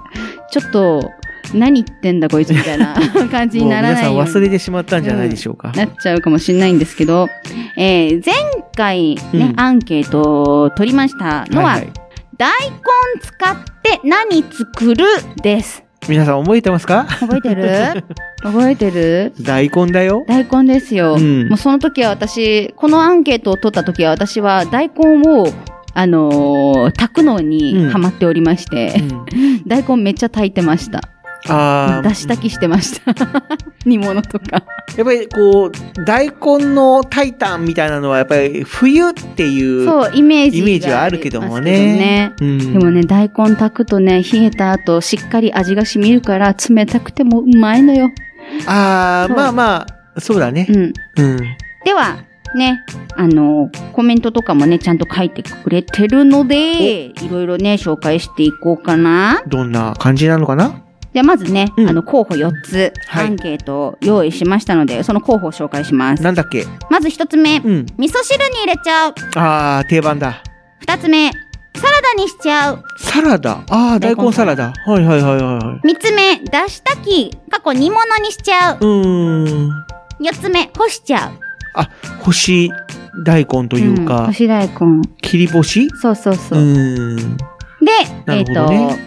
[SPEAKER 5] ちょっと、何言ってんだこいつみたい
[SPEAKER 4] <laughs>
[SPEAKER 5] な感じに
[SPEAKER 4] もう
[SPEAKER 5] なら
[SPEAKER 4] 皆
[SPEAKER 5] ない
[SPEAKER 4] さ
[SPEAKER 5] ようんに
[SPEAKER 4] 忘れてしまったんじゃないでしょうか。
[SPEAKER 5] なっちゃうかもしれないんですけど、えー前回ね、
[SPEAKER 4] うん
[SPEAKER 5] アンケートを取りましたのは、
[SPEAKER 4] はいはい
[SPEAKER 5] 大根使って何作るです。
[SPEAKER 4] 皆さん覚えてますか
[SPEAKER 5] 覚え
[SPEAKER 4] <laughs>
[SPEAKER 5] てる覚えてる
[SPEAKER 4] 大根
[SPEAKER 5] <laughs>
[SPEAKER 4] だよ。
[SPEAKER 5] 大根ですよ。
[SPEAKER 4] うん
[SPEAKER 5] もうその時は私、このアンケートを取った時は私は大根を、あのー炊くのにハマっておりまして、大根めっちゃ炊いてました。
[SPEAKER 4] ああ。
[SPEAKER 5] 出し炊きしてました。 <laughs> 煮物とか。
[SPEAKER 4] やっぱりこう、大根のタイタンみたいなのはやっぱり冬っていう。
[SPEAKER 5] そう、イメージ
[SPEAKER 4] イメージはあるけどもね。
[SPEAKER 5] ありますけどねでもね、大根炊くとね、冷えた後、しっかり味が染みるから、冷たくてもうまいのよ。
[SPEAKER 4] うん。ああ、
[SPEAKER 5] そう
[SPEAKER 4] まあまあ、そうだね
[SPEAKER 5] う。ん。
[SPEAKER 4] うん。
[SPEAKER 5] では、ね、あの、コメントとかもね、ちゃんと書いてくれてるので、いろいろね、紹介していこうかな。
[SPEAKER 4] どんな感じなのかな
[SPEAKER 5] では、まずね、
[SPEAKER 4] うん
[SPEAKER 5] あの、候補4つ、
[SPEAKER 4] は
[SPEAKER 5] ア
[SPEAKER 4] い
[SPEAKER 5] ンケートを用意しましたので、その候補を紹介します。
[SPEAKER 4] なんだっけ
[SPEAKER 5] まず1つ目、
[SPEAKER 4] うん。
[SPEAKER 5] 味噌汁に入れちゃう。
[SPEAKER 4] ああ、定番だ。
[SPEAKER 5] 2つ目、サラダにしちゃう。
[SPEAKER 4] サラダ。ああ、大根サラダ。はいはいはいはいはい。
[SPEAKER 5] 3つ目、出したき、過去煮物にしちゃう。
[SPEAKER 4] うーん。
[SPEAKER 5] 4つ目、干しちゃう。
[SPEAKER 4] 干し大根という
[SPEAKER 5] うん
[SPEAKER 4] か
[SPEAKER 5] 干、し大根。
[SPEAKER 4] 切り干し
[SPEAKER 5] そうそうそうう。
[SPEAKER 4] ーん。
[SPEAKER 5] で、
[SPEAKER 4] な
[SPEAKER 5] え
[SPEAKER 4] る
[SPEAKER 5] っ、
[SPEAKER 4] ほど
[SPEAKER 5] と、
[SPEAKER 4] ね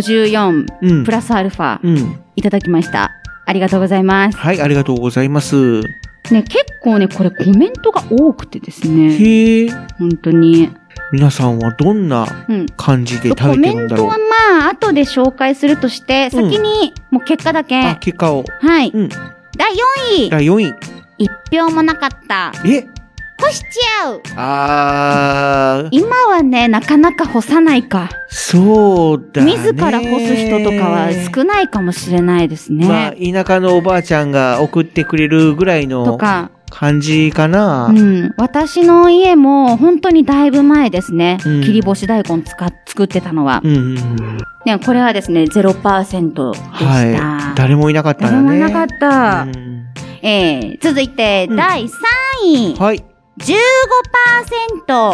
[SPEAKER 5] 54
[SPEAKER 4] うん
[SPEAKER 5] プ。ラスアルファ
[SPEAKER 4] うん。
[SPEAKER 5] いただきました。ありがとうございます。
[SPEAKER 4] はい、ありがとうございます。
[SPEAKER 5] ね、結構ね、これコメントが多くてですね。
[SPEAKER 4] へえ。
[SPEAKER 5] 本当に。
[SPEAKER 4] 皆さんはどんな
[SPEAKER 5] うん。
[SPEAKER 4] 感じで
[SPEAKER 5] コ
[SPEAKER 4] 食べ
[SPEAKER 5] メ
[SPEAKER 4] てるん
[SPEAKER 5] ン
[SPEAKER 4] だ
[SPEAKER 5] ト
[SPEAKER 4] ろう
[SPEAKER 5] は。まあ、後で紹介するとして、
[SPEAKER 4] うん
[SPEAKER 5] 先に、もう結果だけ。
[SPEAKER 4] あ、結果を。
[SPEAKER 5] はい。
[SPEAKER 4] うん
[SPEAKER 5] 第4位、
[SPEAKER 4] 第4位。
[SPEAKER 5] 一票もなかった。
[SPEAKER 4] え
[SPEAKER 5] 干しちゃう
[SPEAKER 4] あー、
[SPEAKER 5] 今はね、なかなか干さないか。
[SPEAKER 4] そうだね。
[SPEAKER 5] 自ら干す人とかは少ないかもしれないですね。
[SPEAKER 4] まあ、田舎のおばあちゃんが送ってくれるぐらい
[SPEAKER 5] と
[SPEAKER 4] の
[SPEAKER 5] か、
[SPEAKER 4] 感じかな
[SPEAKER 5] う。ん、私の家も本当にだいぶ前ですね、
[SPEAKER 4] うん
[SPEAKER 5] 切り干し大根使っ作ってたのは、
[SPEAKER 4] うんうんうん。
[SPEAKER 5] ね、これはですね0%でした、
[SPEAKER 4] はい。誰もいなかった
[SPEAKER 5] 誰
[SPEAKER 4] らね。
[SPEAKER 5] もいなかった、
[SPEAKER 4] うん
[SPEAKER 5] えー続いて、
[SPEAKER 4] うん
[SPEAKER 5] 第3位、
[SPEAKER 4] はい。
[SPEAKER 5] 15%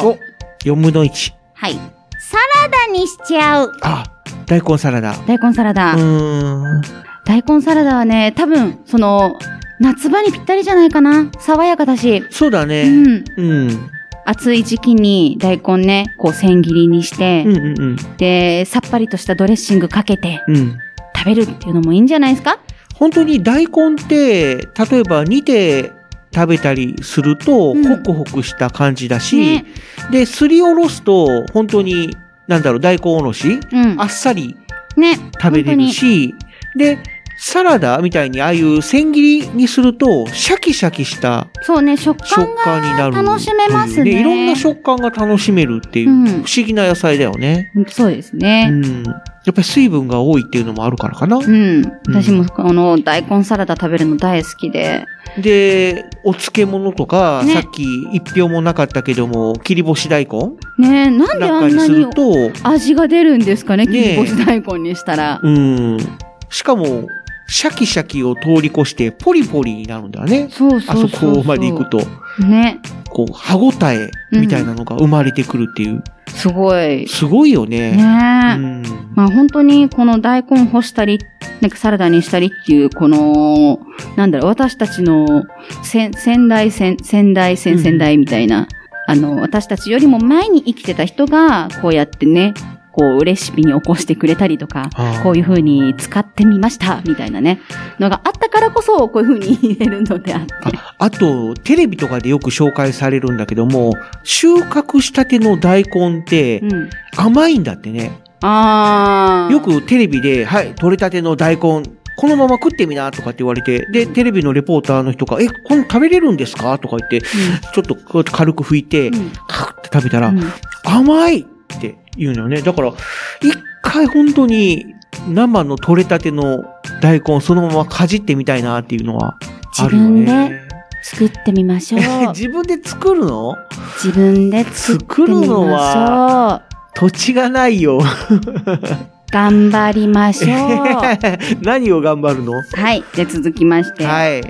[SPEAKER 4] お、4分の1。
[SPEAKER 5] はいサラダにしちゃう
[SPEAKER 4] あ、大根サラダ。
[SPEAKER 5] 大根サラダ、
[SPEAKER 4] うーん。
[SPEAKER 5] 大根サラダはね多分その夏場にぴったりじゃないかな爽やかだし、
[SPEAKER 4] そうだ
[SPEAKER 5] う
[SPEAKER 4] ね。
[SPEAKER 5] ん、
[SPEAKER 4] うん。
[SPEAKER 5] 暑い時期に大根ねこう千切りにして、
[SPEAKER 4] うんうんうん。
[SPEAKER 5] でさっぱりとしたドレッシングかけて
[SPEAKER 4] うん。
[SPEAKER 5] 食べるっていうのもいいんじゃないですか
[SPEAKER 4] 本当に大根って例えば煮て食べたりすると、
[SPEAKER 5] うん
[SPEAKER 4] ホクホクした感じだし、
[SPEAKER 5] ね。
[SPEAKER 4] で、すりおろすと、本当に、なんだろう、大根おろし、
[SPEAKER 5] うん
[SPEAKER 4] あ。っさり
[SPEAKER 5] ね。
[SPEAKER 4] 食べれるし、で、サラダみたいに、ああいう千切りにすると、シャキシャキした
[SPEAKER 5] そうね、食
[SPEAKER 4] 食
[SPEAKER 5] 感
[SPEAKER 4] 感になる。
[SPEAKER 5] が楽しめます
[SPEAKER 4] で
[SPEAKER 5] ね。
[SPEAKER 4] いろんな食感が楽しめるっていう、
[SPEAKER 5] うん
[SPEAKER 4] 不思議な野菜だよね。
[SPEAKER 5] うんそうです
[SPEAKER 4] う
[SPEAKER 5] ね。
[SPEAKER 4] ん。やっぱり水分が多いっていうのもあるからかな。
[SPEAKER 5] うん。私も、この、大根サラダ食べるの大好きで。
[SPEAKER 4] で、お漬物とか、
[SPEAKER 5] ね
[SPEAKER 4] さっき一票もなかったけども、切り干し大根
[SPEAKER 5] ねなんで
[SPEAKER 4] な
[SPEAKER 5] あ
[SPEAKER 4] んか
[SPEAKER 5] ん
[SPEAKER 4] に
[SPEAKER 5] な
[SPEAKER 4] す
[SPEAKER 5] に
[SPEAKER 4] ると、
[SPEAKER 5] 味が出るんですかね、切
[SPEAKER 4] ね
[SPEAKER 5] り干し大根にしたら。
[SPEAKER 4] うん。しかも、シャキシャキを通り越して、ポリポリになるんだよね。
[SPEAKER 5] そう
[SPEAKER 4] あ
[SPEAKER 5] そうそ
[SPEAKER 4] そう
[SPEAKER 5] そう。
[SPEAKER 4] こまで行くと、
[SPEAKER 5] ね。
[SPEAKER 4] こう、歯ごたえみたいなのが生まれてくるっていう。
[SPEAKER 5] すごい。
[SPEAKER 4] すごいよね。
[SPEAKER 5] ね
[SPEAKER 4] うん。
[SPEAKER 5] まあ本当にこの大根干したり、なんかサラダにしたりっていう、この、なんだろう、私たちの先、先代、先、先代、先々代みたいな、あの、私たちよりも前に生きてた人が、こうやってね、こう、レシピに起こしてくれたりとか、
[SPEAKER 4] あー
[SPEAKER 5] こういう風に使ってみました、みたいなね、のがあったからこそ、こういう風に言えるのであって。
[SPEAKER 4] あと、テレビとかでよく紹介されるんだけども、収穫したての大根って
[SPEAKER 5] うん。
[SPEAKER 4] 甘いんだってね。
[SPEAKER 5] あー。
[SPEAKER 4] よくテレビで、はい、取れたての大根、このまま食ってみなとかって言われて、で、テレビのレポーターの人が、え、この食べれるんですかとか言って、ちょっとこうやって軽く拭いて
[SPEAKER 5] う、ん、
[SPEAKER 4] カクって食べたら、
[SPEAKER 5] うん
[SPEAKER 4] 甘いって言うのよね。だから、一回本当に生の取れたての大根そのままかじってみたいなっていうのはあるよね。
[SPEAKER 5] 作ってみましょう。
[SPEAKER 4] <laughs> 自分で作るの
[SPEAKER 5] 自分で作ってみまし
[SPEAKER 4] 作るの
[SPEAKER 5] ょう
[SPEAKER 4] は。土地がないよ。
[SPEAKER 5] 頑張りま
[SPEAKER 4] <laughs>
[SPEAKER 5] しょう。は
[SPEAKER 4] 何を頑張るの
[SPEAKER 5] い。で、続きまして、
[SPEAKER 4] はい。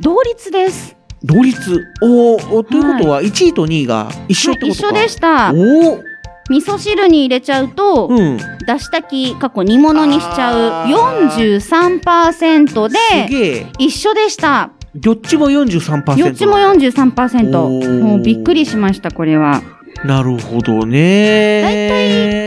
[SPEAKER 5] 同率です。
[SPEAKER 4] 同率。おーお、ということは1位と2位が一緒っ
[SPEAKER 5] は
[SPEAKER 4] て
[SPEAKER 5] い
[SPEAKER 4] こ
[SPEAKER 5] 一
[SPEAKER 4] とか、
[SPEAKER 5] 緒でした。
[SPEAKER 4] おお、
[SPEAKER 5] 味噌汁に入れちゃうと、
[SPEAKER 4] うん。
[SPEAKER 5] 出したき過去煮物にしちゃ
[SPEAKER 4] あー
[SPEAKER 5] う43%
[SPEAKER 4] す
[SPEAKER 5] で、
[SPEAKER 4] げえ。
[SPEAKER 5] 一緒でした。
[SPEAKER 4] どっちも43%。
[SPEAKER 5] 4つも
[SPEAKER 4] お
[SPEAKER 5] 43%。
[SPEAKER 4] ー
[SPEAKER 5] もうびっくりしました、これは。
[SPEAKER 4] なるほどね。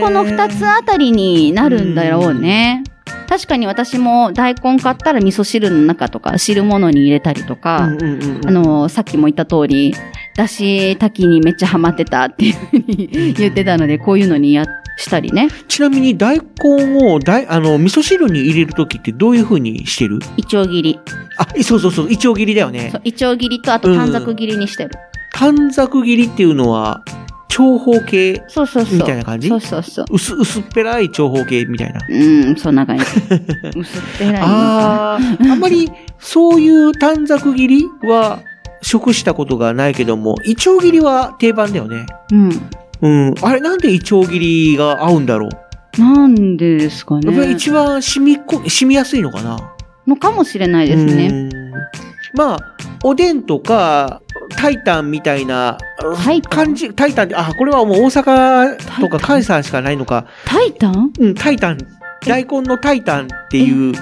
[SPEAKER 5] 大体この2つあたりになるんだろうね。確かに私も大根買ったら味噌汁の中とか汁物に入れたりとか、
[SPEAKER 4] うんうんうんうん
[SPEAKER 5] あの、さっきも言った通り、だし炊きにめっちゃハマってたっていうふうに言ってたので、こういうのにやしたりね。
[SPEAKER 4] ちなみに大根を大あの味噌汁に入れるときってどういう風にしてる
[SPEAKER 5] いちょう切り。
[SPEAKER 4] あ、そうそうそう、いちょう切りだよね
[SPEAKER 5] そう。いちょう切りと、あと短冊切りにしてる。
[SPEAKER 4] 短冊切りっていうのは、長方形、
[SPEAKER 5] そうそうそう。
[SPEAKER 4] みたいな感じ
[SPEAKER 5] そうそうそう。
[SPEAKER 4] 薄、薄っぺらい長方形みたいな。
[SPEAKER 5] うん、そんな感
[SPEAKER 4] <laughs>
[SPEAKER 5] じ。薄っぺらいのか。
[SPEAKER 4] あー、あんまりそういう短冊切りは食したことがないけども、いちょう切りは定番だよね。
[SPEAKER 5] うん。
[SPEAKER 4] うん。あれなんでいちょう切りが合うんだろう
[SPEAKER 5] なんでですか
[SPEAKER 4] やっぱり
[SPEAKER 5] ね。
[SPEAKER 4] 一番染みこ、染みやすいのかな
[SPEAKER 5] のかもしれないですね。
[SPEAKER 4] うん。まあ、おでんとか、タイタンみたいな、
[SPEAKER 5] タイタン
[SPEAKER 4] 感じ、タイタンって、あ、これはもう大
[SPEAKER 5] タイ
[SPEAKER 4] 阪と
[SPEAKER 5] タ
[SPEAKER 4] か
[SPEAKER 5] ン
[SPEAKER 4] 関西しかないのか、
[SPEAKER 5] タイタン
[SPEAKER 4] うん、タイタン、大根のタイタンっていう、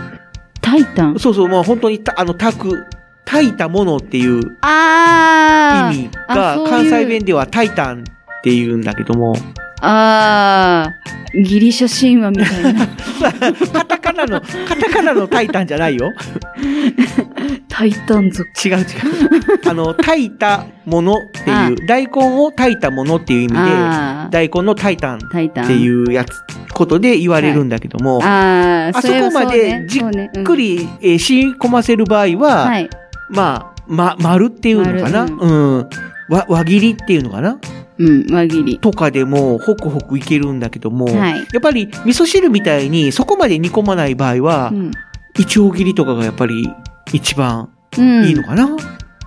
[SPEAKER 5] タイタン
[SPEAKER 4] そうそう、まあ本当にた、あの、炊く、炊いたものっていう
[SPEAKER 5] あ
[SPEAKER 4] 意
[SPEAKER 5] ー
[SPEAKER 4] 味が、
[SPEAKER 5] あそういう
[SPEAKER 4] 関西弁ではタイタンって言うんだけども、 <laughs>
[SPEAKER 5] あー、ギリシャ神話みたいな。
[SPEAKER 4] <laughs> カタカナの、カタカナのタイタンじゃないよ。
[SPEAKER 5] タイタン族。
[SPEAKER 4] 違
[SPEAKER 5] <laughs>
[SPEAKER 4] う違う。あの、炊いたものって
[SPEAKER 5] あ
[SPEAKER 4] いう、大根を炊いたものっていう意味で、
[SPEAKER 5] あー、
[SPEAKER 4] 大根のタイタン
[SPEAKER 5] タイタン。
[SPEAKER 4] っていうやつ、ことで言われるんだけども、
[SPEAKER 5] あー
[SPEAKER 4] あそこまでじゆっく、り、えー染み込ませる場
[SPEAKER 5] そ
[SPEAKER 4] 合は、
[SPEAKER 5] うねそうねうんはい。
[SPEAKER 4] まあ、ま、丸っていうのかな、
[SPEAKER 5] 丸
[SPEAKER 4] うん、わ、輪切りっていうのかな
[SPEAKER 5] うん、輪切り。
[SPEAKER 4] とかでも、ホクホクいけるんだけども、
[SPEAKER 5] はい
[SPEAKER 4] やっぱり味噌汁みたいにそこまで煮込まない場合は、
[SPEAKER 5] うん
[SPEAKER 4] いちょう切りとかがやっぱり一番
[SPEAKER 5] うん。
[SPEAKER 4] いいのかな、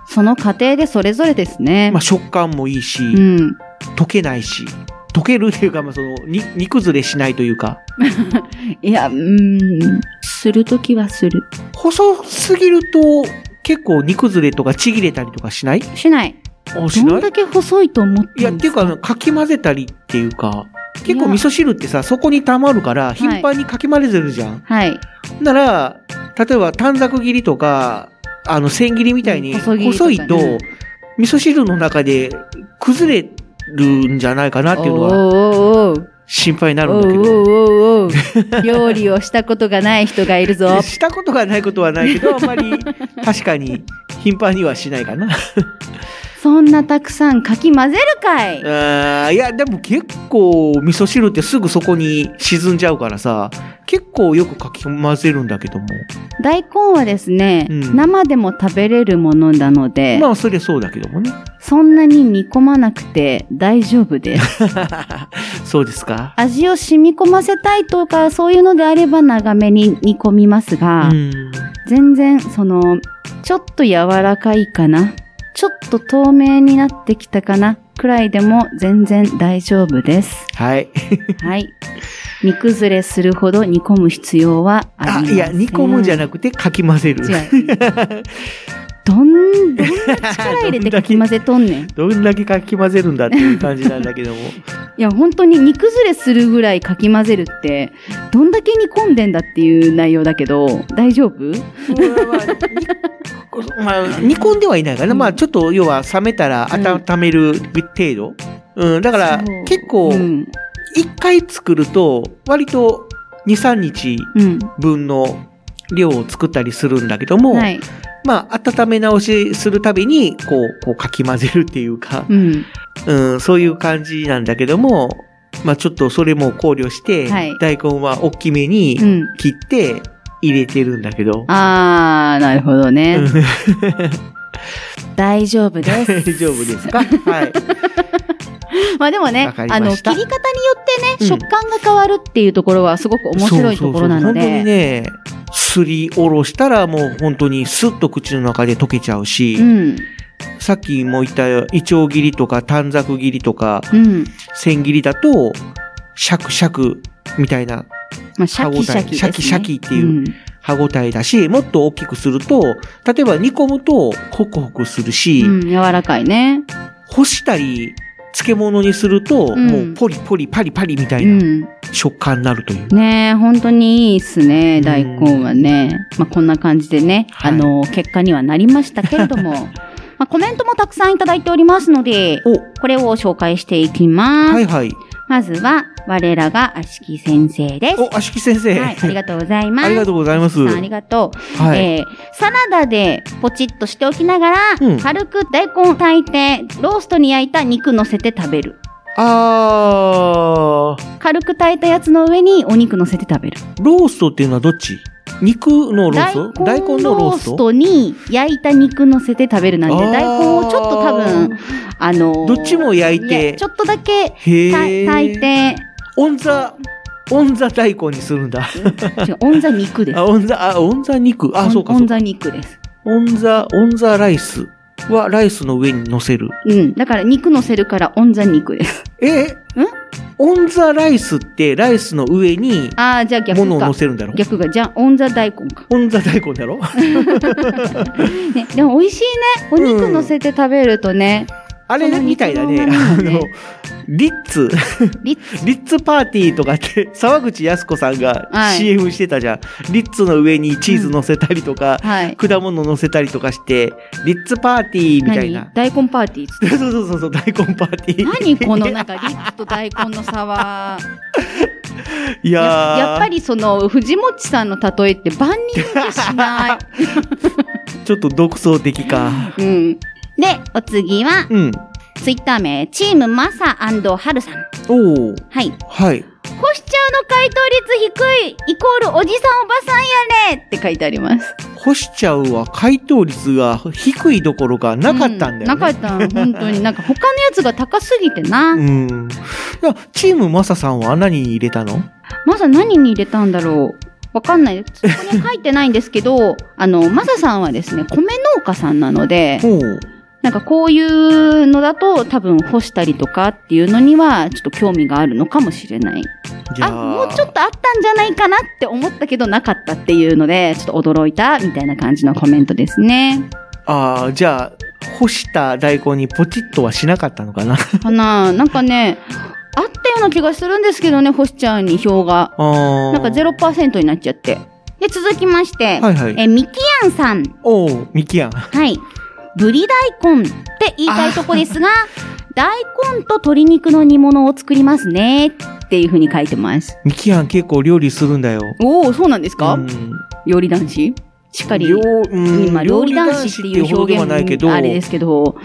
[SPEAKER 5] その過程でそれぞれですね。
[SPEAKER 4] まあ食感もいいし、
[SPEAKER 5] うん。 <laughs>
[SPEAKER 4] 溶けないし、溶けるっていうか、まあその、に煮崩れしないというか、
[SPEAKER 5] いや、うん。するときはする。
[SPEAKER 4] 細すぎると、結構煮崩れとかちぎれたりとかしない
[SPEAKER 5] しない。
[SPEAKER 4] あし
[SPEAKER 5] ど
[SPEAKER 4] なんい
[SPEAKER 5] だけ細いと思って
[SPEAKER 4] いや、っていうか、あのかき混ぜたりっていうか、結構味噌汁ってさ、そこに溜まるから、頻繁にかき混ぜてるじゃん。
[SPEAKER 5] はい。
[SPEAKER 4] なら、例えば短冊切りとか、あの、千切りみたいに
[SPEAKER 5] うん細切りとか
[SPEAKER 4] 細
[SPEAKER 5] ね
[SPEAKER 4] いと、味噌汁の中で崩れるんじゃないかなっていうの
[SPEAKER 5] お
[SPEAKER 4] は、
[SPEAKER 5] ーおーおー
[SPEAKER 4] 心配になる
[SPEAKER 5] お
[SPEAKER 4] んだけ
[SPEAKER 5] うお
[SPEAKER 4] ど。
[SPEAKER 5] うおうおう <laughs> 料理をしたことがない人がいる
[SPEAKER 4] <laughs>
[SPEAKER 5] ぞ
[SPEAKER 4] したことがないことはないけど、あんまり
[SPEAKER 5] <laughs>
[SPEAKER 4] 確かに頻繁にはしないかな。
[SPEAKER 5] そんなたくさんかき混ぜるかい
[SPEAKER 4] あーいや、でも結構味噌汁ってすぐそこに沈んじゃうからさ、結構よくかき混ぜるんだけども。
[SPEAKER 5] 大根はですね、
[SPEAKER 4] うん
[SPEAKER 5] 生でも食べれるものなので、
[SPEAKER 4] まあそりゃそうだけどもね。
[SPEAKER 5] そんなに煮込まなくて大丈夫
[SPEAKER 4] <laughs>
[SPEAKER 5] です。
[SPEAKER 4] そうですか。
[SPEAKER 5] 味を染み込ませたいとか、そういうのであれば長めに煮込みますが、
[SPEAKER 4] うん。
[SPEAKER 5] 全然、その、ちょっと柔らかいかな、ちょっと透明になってきたかな、くらいでも全然大丈夫
[SPEAKER 4] <laughs>
[SPEAKER 5] です。
[SPEAKER 4] はい。
[SPEAKER 5] はい。煮崩れするほど煮込む必要はあり
[SPEAKER 4] あ、
[SPEAKER 5] ません。
[SPEAKER 4] いや、煮込むんじゃ
[SPEAKER 5] な
[SPEAKER 4] なくてかき混ぜる。
[SPEAKER 5] 違う。どん、どんな力入れてかき混ぜとんねん。
[SPEAKER 4] <laughs> どんだけかき混ぜるんだっていう感じなんだけども。
[SPEAKER 5] いや本当に煮崩れするぐらいかき混ぜるってどんだけ煮込んでんだっていう内容だけど大丈夫
[SPEAKER 4] まあ、煮込んではいないから、まあ、ちょっと、要は、冷めたら温める程度。うん、だから
[SPEAKER 5] そう、
[SPEAKER 4] 結構
[SPEAKER 5] う、ん
[SPEAKER 4] 一回作ると、割と、2、3日
[SPEAKER 5] うん
[SPEAKER 4] 分の量を作ったりするんだけども、
[SPEAKER 5] はい
[SPEAKER 4] まあ、温め直しするたびに、こう、こう、かき混ぜるっていうか、
[SPEAKER 5] うん
[SPEAKER 4] うん、そういう感じなんだけども、まあ、ちょっとそれも考慮して、
[SPEAKER 5] はい
[SPEAKER 4] 大根は大きめに
[SPEAKER 5] うん
[SPEAKER 4] 切って入れてるんだけど、
[SPEAKER 5] あーなるほどね
[SPEAKER 4] うん
[SPEAKER 5] 大丈夫で
[SPEAKER 4] 大
[SPEAKER 5] す
[SPEAKER 4] 丈夫ですかはい。
[SPEAKER 5] <laughs> まあでもね
[SPEAKER 4] わかり
[SPEAKER 5] あの
[SPEAKER 4] まし
[SPEAKER 5] 切
[SPEAKER 4] た
[SPEAKER 5] り方によってね、
[SPEAKER 4] うん
[SPEAKER 5] 食感が変わるっていうところはすごく面白いところなので
[SPEAKER 4] そうそうそう本当にね、すりおろしたらもう本当にスッと口の中で溶けちゃうし、
[SPEAKER 5] うん
[SPEAKER 4] さっきも言ったイチョウ切りとか短冊切りとか、
[SPEAKER 5] うん
[SPEAKER 4] 千切りだと、シャクシャクみたいな
[SPEAKER 5] まあシャキシャキですね
[SPEAKER 4] 歯応えシャキシャキっていう
[SPEAKER 5] うん
[SPEAKER 4] 歯ごたえだし、もっと大きくすると、例えば煮込むとホクホクするし、
[SPEAKER 5] うん柔らかいね
[SPEAKER 4] 干したり、漬物にすると、
[SPEAKER 5] ん
[SPEAKER 4] もうポリポリパリパリみた
[SPEAKER 5] う
[SPEAKER 4] いなん食感になるという。
[SPEAKER 5] ねえ、本当にいいっすね、
[SPEAKER 4] ん
[SPEAKER 5] 大根はね。まあ、こんな感じでね、
[SPEAKER 4] はい
[SPEAKER 5] あの、結果にはなりましたけれども、まあ、コメントもたくさんいただいておりますので、これを紹介していきま
[SPEAKER 4] お、
[SPEAKER 5] す。
[SPEAKER 4] はいはい。
[SPEAKER 5] まずは、我らが足木先生です。
[SPEAKER 4] お、足木先生。
[SPEAKER 5] はい、ありがとうございます。
[SPEAKER 4] ありがとうございます
[SPEAKER 5] さんありがとう。
[SPEAKER 4] はい
[SPEAKER 5] えーサラダでポチッとしておきながら、
[SPEAKER 4] うん
[SPEAKER 5] 軽く大根を炊いて、ローストに焼いた肉乗せて食べる。
[SPEAKER 4] あー、
[SPEAKER 5] 軽く炊いたやつの上にお肉乗せて食べる。
[SPEAKER 4] ローストっていうのはどっち肉のロースト
[SPEAKER 5] 大根のローストに焼いた肉乗せて食べるなんで
[SPEAKER 4] あー
[SPEAKER 5] 大根をちょっと多分あのー
[SPEAKER 4] どっちも焼いて
[SPEAKER 5] やちょっとだけた
[SPEAKER 4] へー。
[SPEAKER 5] 炊い。て
[SPEAKER 4] オンザ、オンザ大根にするんだ。
[SPEAKER 5] 違うオンザ肉です
[SPEAKER 4] あ、オンザ、あ、オンザ肉。あ、そうか
[SPEAKER 5] オ
[SPEAKER 4] そう
[SPEAKER 5] ン
[SPEAKER 4] か。
[SPEAKER 5] ザ肉です
[SPEAKER 4] オンザ、オンザライスはライスの上に乗せる。
[SPEAKER 5] うんだから肉乗せるからオンザ肉
[SPEAKER 4] <laughs>
[SPEAKER 5] です
[SPEAKER 4] えオンザライスってライスの上に
[SPEAKER 5] ああじゃあ逆
[SPEAKER 4] 物を
[SPEAKER 5] か
[SPEAKER 4] 乗せるんだろ
[SPEAKER 5] 逆がじゃあオンザ大根か
[SPEAKER 4] オンザ大根だろ
[SPEAKER 5] ねでも美味しいねお肉乗せて食べるとね、
[SPEAKER 4] あれみたいだね。
[SPEAKER 5] その肉の
[SPEAKER 4] あ
[SPEAKER 5] ままだ
[SPEAKER 4] の
[SPEAKER 5] <laughs> ね、
[SPEAKER 4] リッツ、
[SPEAKER 5] リッツ
[SPEAKER 4] <laughs> リッツパーティーとかって、 <laughs> 沢口靖子さんが
[SPEAKER 5] はい
[SPEAKER 4] CM してたじゃん。リッツの上にチーズ乗せたりとか、
[SPEAKER 5] はい
[SPEAKER 4] 果物乗せたりとかして、リッツパーティーみたい
[SPEAKER 5] 何
[SPEAKER 4] な。
[SPEAKER 5] 大根パーティーっつって
[SPEAKER 4] <laughs> そうそうそうそう、大根パーティー。
[SPEAKER 5] 何このなんかリッツと大根の差は。
[SPEAKER 4] いや
[SPEAKER 5] や
[SPEAKER 4] ー
[SPEAKER 5] やっぱりその藤本さんの例えって万人受けし
[SPEAKER 4] <laughs>
[SPEAKER 5] ない。
[SPEAKER 4] ちょっと独創的か。
[SPEAKER 5] うん、でお次は
[SPEAKER 4] うん。
[SPEAKER 5] ツイッター名チームマサハルさん。
[SPEAKER 4] おお
[SPEAKER 5] はい。
[SPEAKER 4] はい。
[SPEAKER 5] コシちゃんの回答率低いイコールおじさんおばさんやねって書いてあります。
[SPEAKER 4] 干しちゃうは回答率が低いどころかなかったんだよね。
[SPEAKER 5] うなかったの本当になんか他のやつが高すぎてな。
[SPEAKER 4] うん。いやチームマサさんは何に入れたの
[SPEAKER 5] マサ何に入れたんだろう。わかんない。そこに書いてないんですけど、あの、マサさんはですね、米農家さんなので、
[SPEAKER 4] ほう。
[SPEAKER 5] なんかこういうのだと多分干したりとかっていうのにはちょっと興味があるのかもしれない。
[SPEAKER 4] じゃ
[SPEAKER 5] あ、
[SPEAKER 4] あ、
[SPEAKER 5] もうちょっとあったんじゃないかなって思ったけどなかったっていうので、ちょっと驚いたみたいな感じのコメントですね。
[SPEAKER 4] ああ、じゃあ、干した大根にポチッとはしなかったのかな。
[SPEAKER 5] かななんかね、あったような気がするんですけどね、干しちゃうに票が。
[SPEAKER 4] <laughs> ああ。
[SPEAKER 5] なんか0%になっちゃって。で、続きまして、
[SPEAKER 4] はいはい
[SPEAKER 5] え、ミキヤンさん。
[SPEAKER 4] おお、ミキヤン。
[SPEAKER 5] はい。ブリ大根って言いたいとこですが、大根と鶏肉の煮物を作りますね。っていうふうに書いてます。
[SPEAKER 4] ミキアン結構料理するんだよ。
[SPEAKER 5] おお、そうなんですか、
[SPEAKER 4] うん
[SPEAKER 5] 料理男子しっかり。
[SPEAKER 4] 料うん
[SPEAKER 5] 今、料理男子ってい
[SPEAKER 4] 料理男子
[SPEAKER 5] う
[SPEAKER 4] ほど
[SPEAKER 5] 表
[SPEAKER 4] では
[SPEAKER 5] 現
[SPEAKER 4] ないけど
[SPEAKER 5] もあれですけど、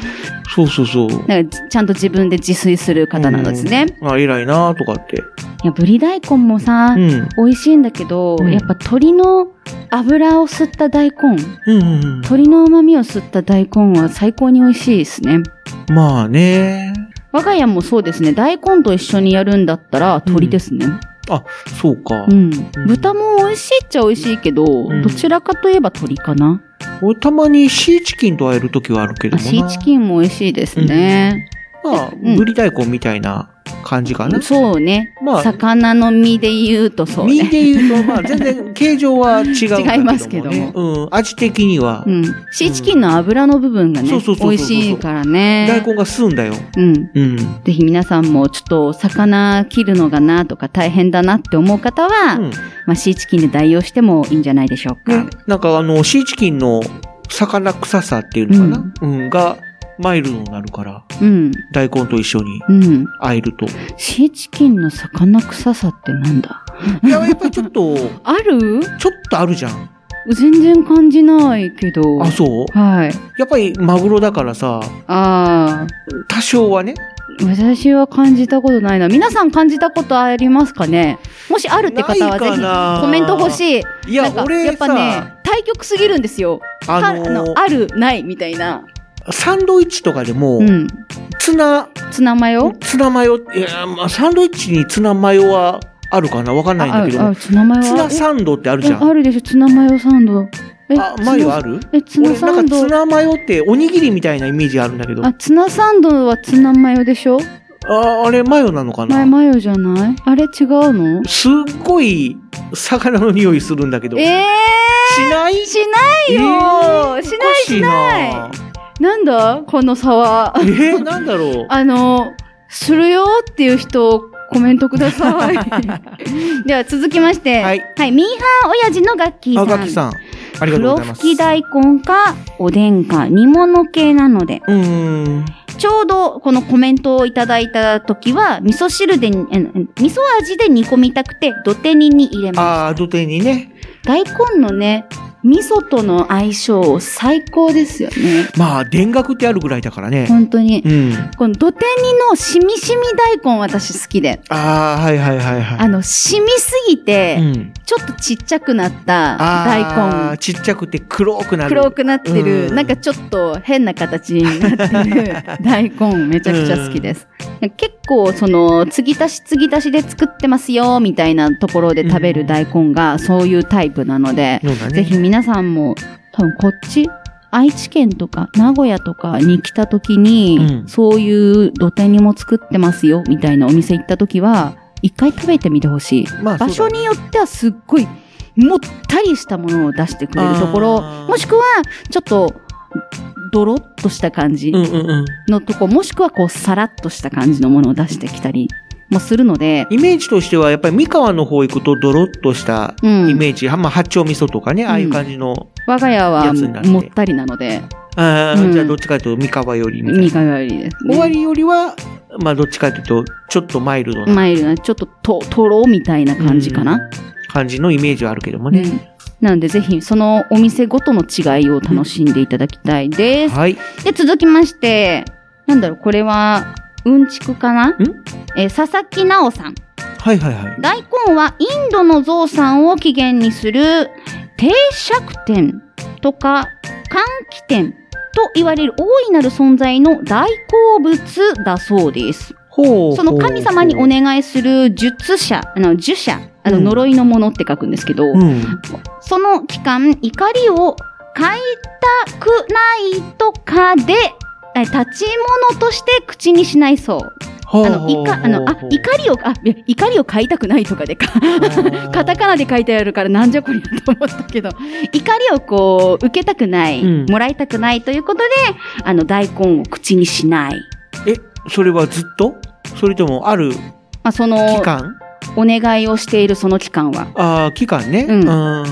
[SPEAKER 4] そうそうそう。
[SPEAKER 5] なんかちゃんと自分で自炊する方なんですね。
[SPEAKER 4] うん。あ、偉いなとかって。
[SPEAKER 5] いや、ぶり大根もさ、
[SPEAKER 4] うん。
[SPEAKER 5] 美味しいんだけど、
[SPEAKER 4] うん
[SPEAKER 5] やっぱ鶏の油を吸った大根、
[SPEAKER 4] うんうん
[SPEAKER 5] 鶏の旨味を吸った大根は最高に美味しいですね。
[SPEAKER 4] うん。まあね。
[SPEAKER 5] 我が家もそうですね、大根と一緒にやるんだったら鶏ですね。
[SPEAKER 4] そうか
[SPEAKER 5] う。ん。豚も美味しいっちゃ美味しいけど、
[SPEAKER 4] ん
[SPEAKER 5] どちらかといえば鶏かな。
[SPEAKER 4] 俺たまにシーチキンと会える時はあるけど
[SPEAKER 5] あ
[SPEAKER 4] もな。
[SPEAKER 5] シーチキンも美味しいですね。
[SPEAKER 4] まあ
[SPEAKER 5] うん、
[SPEAKER 4] ぶり大根みたいな感じかな。
[SPEAKER 5] そうね。
[SPEAKER 4] まあ、
[SPEAKER 5] 魚の身で言うとそう
[SPEAKER 4] 身
[SPEAKER 5] ね。
[SPEAKER 4] で言うと、まあ、全然形状は違うんだけどもね
[SPEAKER 5] 違いますけども
[SPEAKER 4] うん、味的には
[SPEAKER 5] う、ん。シーチキンの油の部分がね、
[SPEAKER 4] そうそうそうそうそう
[SPEAKER 5] 美味しいからね。
[SPEAKER 4] 大根が吸うんだよ。
[SPEAKER 5] うん。
[SPEAKER 4] うん。
[SPEAKER 5] ぜひ皆さんもちょっと魚切るのがなとか大変だなって思う方は、
[SPEAKER 4] うん。
[SPEAKER 5] まあ、シーチキンで代用してもいいんじゃないでしょうか。
[SPEAKER 4] ね、なんかあの、シーチキンの魚臭さっていうのかな、うん、が、マイルドになるから、
[SPEAKER 5] うん。
[SPEAKER 4] 大根と一緒に
[SPEAKER 5] うん。
[SPEAKER 4] 会えると。
[SPEAKER 5] シーチキンの魚臭さってなんだ
[SPEAKER 4] いや、やっぱちょっと、
[SPEAKER 5] ある
[SPEAKER 4] ちょっとあるじゃん。
[SPEAKER 5] 全然感じないけど。
[SPEAKER 4] あ、そう
[SPEAKER 5] はい。
[SPEAKER 4] やっぱりマグロだからさ、
[SPEAKER 5] ああ、
[SPEAKER 4] 多少はね。
[SPEAKER 5] 私は感じたことないな。皆さん感じたことありますかねもしあるって方はぜ
[SPEAKER 4] ないかな
[SPEAKER 5] ひコメント欲しい。
[SPEAKER 4] い
[SPEAKER 5] な
[SPEAKER 4] や
[SPEAKER 5] ん、か
[SPEAKER 4] 俺さ、
[SPEAKER 5] やっぱね、対極すぎるんですよ。
[SPEAKER 4] あ
[SPEAKER 5] かあ
[SPEAKER 4] の
[SPEAKER 5] のある、ないみたいな。
[SPEAKER 4] サンドイッチとかでも、
[SPEAKER 5] うん。
[SPEAKER 4] ツナ、
[SPEAKER 5] ツナマヨ
[SPEAKER 4] ツナマヨ、いや、まあ、サンドイッチにツナマヨはあるかなわかんないんだけど
[SPEAKER 5] ああ
[SPEAKER 4] も
[SPEAKER 5] あ、ツナマヨ
[SPEAKER 4] ツナ
[SPEAKER 5] ン
[SPEAKER 4] サンドってある
[SPEAKER 5] ド
[SPEAKER 4] じゃん。
[SPEAKER 5] あるでしょ、ツナマヨサンド。え
[SPEAKER 4] あ、マヨあ
[SPEAKER 5] る
[SPEAKER 4] る
[SPEAKER 5] え、ツナ
[SPEAKER 4] 俺
[SPEAKER 5] サ
[SPEAKER 4] なん
[SPEAKER 5] ン
[SPEAKER 4] かツ
[SPEAKER 5] ド。
[SPEAKER 4] ナマヨっておにぎりみたいなイメージあるんだけど。
[SPEAKER 5] あ、
[SPEAKER 4] あ、
[SPEAKER 5] ツナサンドはツナマヨでしょ
[SPEAKER 4] あれマヨなのか
[SPEAKER 5] 前
[SPEAKER 4] な
[SPEAKER 5] マヨじゃないあれ違うの
[SPEAKER 4] すっごい魚の匂いするんだけど。
[SPEAKER 5] ええ
[SPEAKER 4] しない
[SPEAKER 5] ー、しないよー、
[SPEAKER 4] えー
[SPEAKER 5] しないしない
[SPEAKER 4] おかし
[SPEAKER 5] なんだこの差は。 <laughs>
[SPEAKER 4] いなえー、なんだろう。
[SPEAKER 5] あの、するよっていう人、コメントくだ
[SPEAKER 4] <laughs>
[SPEAKER 5] さい。では続きまして、
[SPEAKER 4] はい
[SPEAKER 5] ミーハー親父のガッキーさ
[SPEAKER 4] あ
[SPEAKER 5] ん。
[SPEAKER 4] がきさん。ありがとう
[SPEAKER 5] 黒
[SPEAKER 4] ございます。
[SPEAKER 5] 吹き大根か、おでんか、煮物系なので、
[SPEAKER 4] うーん。
[SPEAKER 5] ちょうどこのコメントをいただいた時は、味噌汁で、え味噌味で煮込みたくて、土手煮に入れま
[SPEAKER 4] あー、土手にね。
[SPEAKER 5] す。大根のね、味噌との相性最高ですよね。
[SPEAKER 4] まあ、田楽ってあるぐらいだからね。
[SPEAKER 5] 本当に
[SPEAKER 4] う。ん。
[SPEAKER 5] この土手煮のしみしみ大根私好きで。
[SPEAKER 4] あー、はいはいはいはい。
[SPEAKER 5] あの、しみすぎ
[SPEAKER 4] う
[SPEAKER 5] て、
[SPEAKER 4] ん。
[SPEAKER 5] ちょっとちっちゃくなった
[SPEAKER 4] あ
[SPEAKER 5] 大
[SPEAKER 4] ー
[SPEAKER 5] 根。
[SPEAKER 4] ちっちゃくて黒くなる。
[SPEAKER 5] 黒くなってる、
[SPEAKER 4] うん
[SPEAKER 5] なんかちょっと変な形になって
[SPEAKER 4] <laughs>
[SPEAKER 5] る大根めちゃくちゃ好きです。結構その継ぎ足し継ぎ足しで作ってますよみたいなところで食べる大根がそういうタイプなので、
[SPEAKER 4] のがね
[SPEAKER 5] ぜひ皆さんも多分こっち愛知県とか名古屋とかに来た時に、
[SPEAKER 4] うん
[SPEAKER 5] そういう土手にも作ってますよみたいなお店行った時は一回食べてみてほしい。
[SPEAKER 4] まあ
[SPEAKER 5] 場所によってはすっごいもったりしたものを出してくれるところ
[SPEAKER 4] あー
[SPEAKER 5] もしくはちょっとドロッとした感じ
[SPEAKER 4] そうだねうんうんうん。
[SPEAKER 5] のとこ、もしくはこうさらっとした感じのものを出してきたりもするので、
[SPEAKER 4] イメージとしては、やっぱり三河の方行くとドロッとした
[SPEAKER 5] う
[SPEAKER 4] イ
[SPEAKER 5] ん、
[SPEAKER 4] メージ、まあ八丁味噌とかね、ああいう感じの、
[SPEAKER 5] 我が家は
[SPEAKER 4] やつになって
[SPEAKER 5] もったりなので
[SPEAKER 4] あー
[SPEAKER 5] うん
[SPEAKER 4] じゃあどっちかというと三河よりみたい
[SPEAKER 5] 身
[SPEAKER 4] な。
[SPEAKER 5] がよりです、ね、
[SPEAKER 4] 終わりよりは、まあどっちかというと、ちょっとマイルドな
[SPEAKER 5] マイルドなちょっとととろみたいな感じかな、
[SPEAKER 4] 感じのイメージはあるけども
[SPEAKER 5] う
[SPEAKER 4] ね。
[SPEAKER 5] んなのでぜひそのお店ごとの違いを楽しんでいただきたいです、
[SPEAKER 4] はい。
[SPEAKER 5] で、続きまして、なんだろう、これは、うんちくかなえー佐々木直さん。
[SPEAKER 4] はいはいはい。
[SPEAKER 5] 大根はインドのゾウさんを起源にする定釈天とか換気天と言われる大いなる存在の大好物だそうです。
[SPEAKER 4] ほう。
[SPEAKER 5] その神様にお願いする術者、あの、呪者、あの、
[SPEAKER 4] うん
[SPEAKER 5] 呪いのものって書くんですけど、
[SPEAKER 4] うん。
[SPEAKER 5] その期間、怒りを買いたくないとかで、え立ち物として口にしないそう。
[SPEAKER 4] ほう
[SPEAKER 5] あの、いか、あの、あ、怒りを、あ、いや怒りを買いたくないとかでか、 <laughs> カタカナで書いてあるからなんじゃこりゃと思ったけど、怒りをこう、受けたくない、
[SPEAKER 4] うん
[SPEAKER 5] もらいたくないということで、あの、大根を口にしない。
[SPEAKER 4] え、それはずっとそれともある
[SPEAKER 5] まあ、そ
[SPEAKER 4] 期
[SPEAKER 5] の、
[SPEAKER 4] 間
[SPEAKER 5] お願いをしているその期間は。
[SPEAKER 4] ああ、期間ね。
[SPEAKER 5] う
[SPEAKER 4] うんん。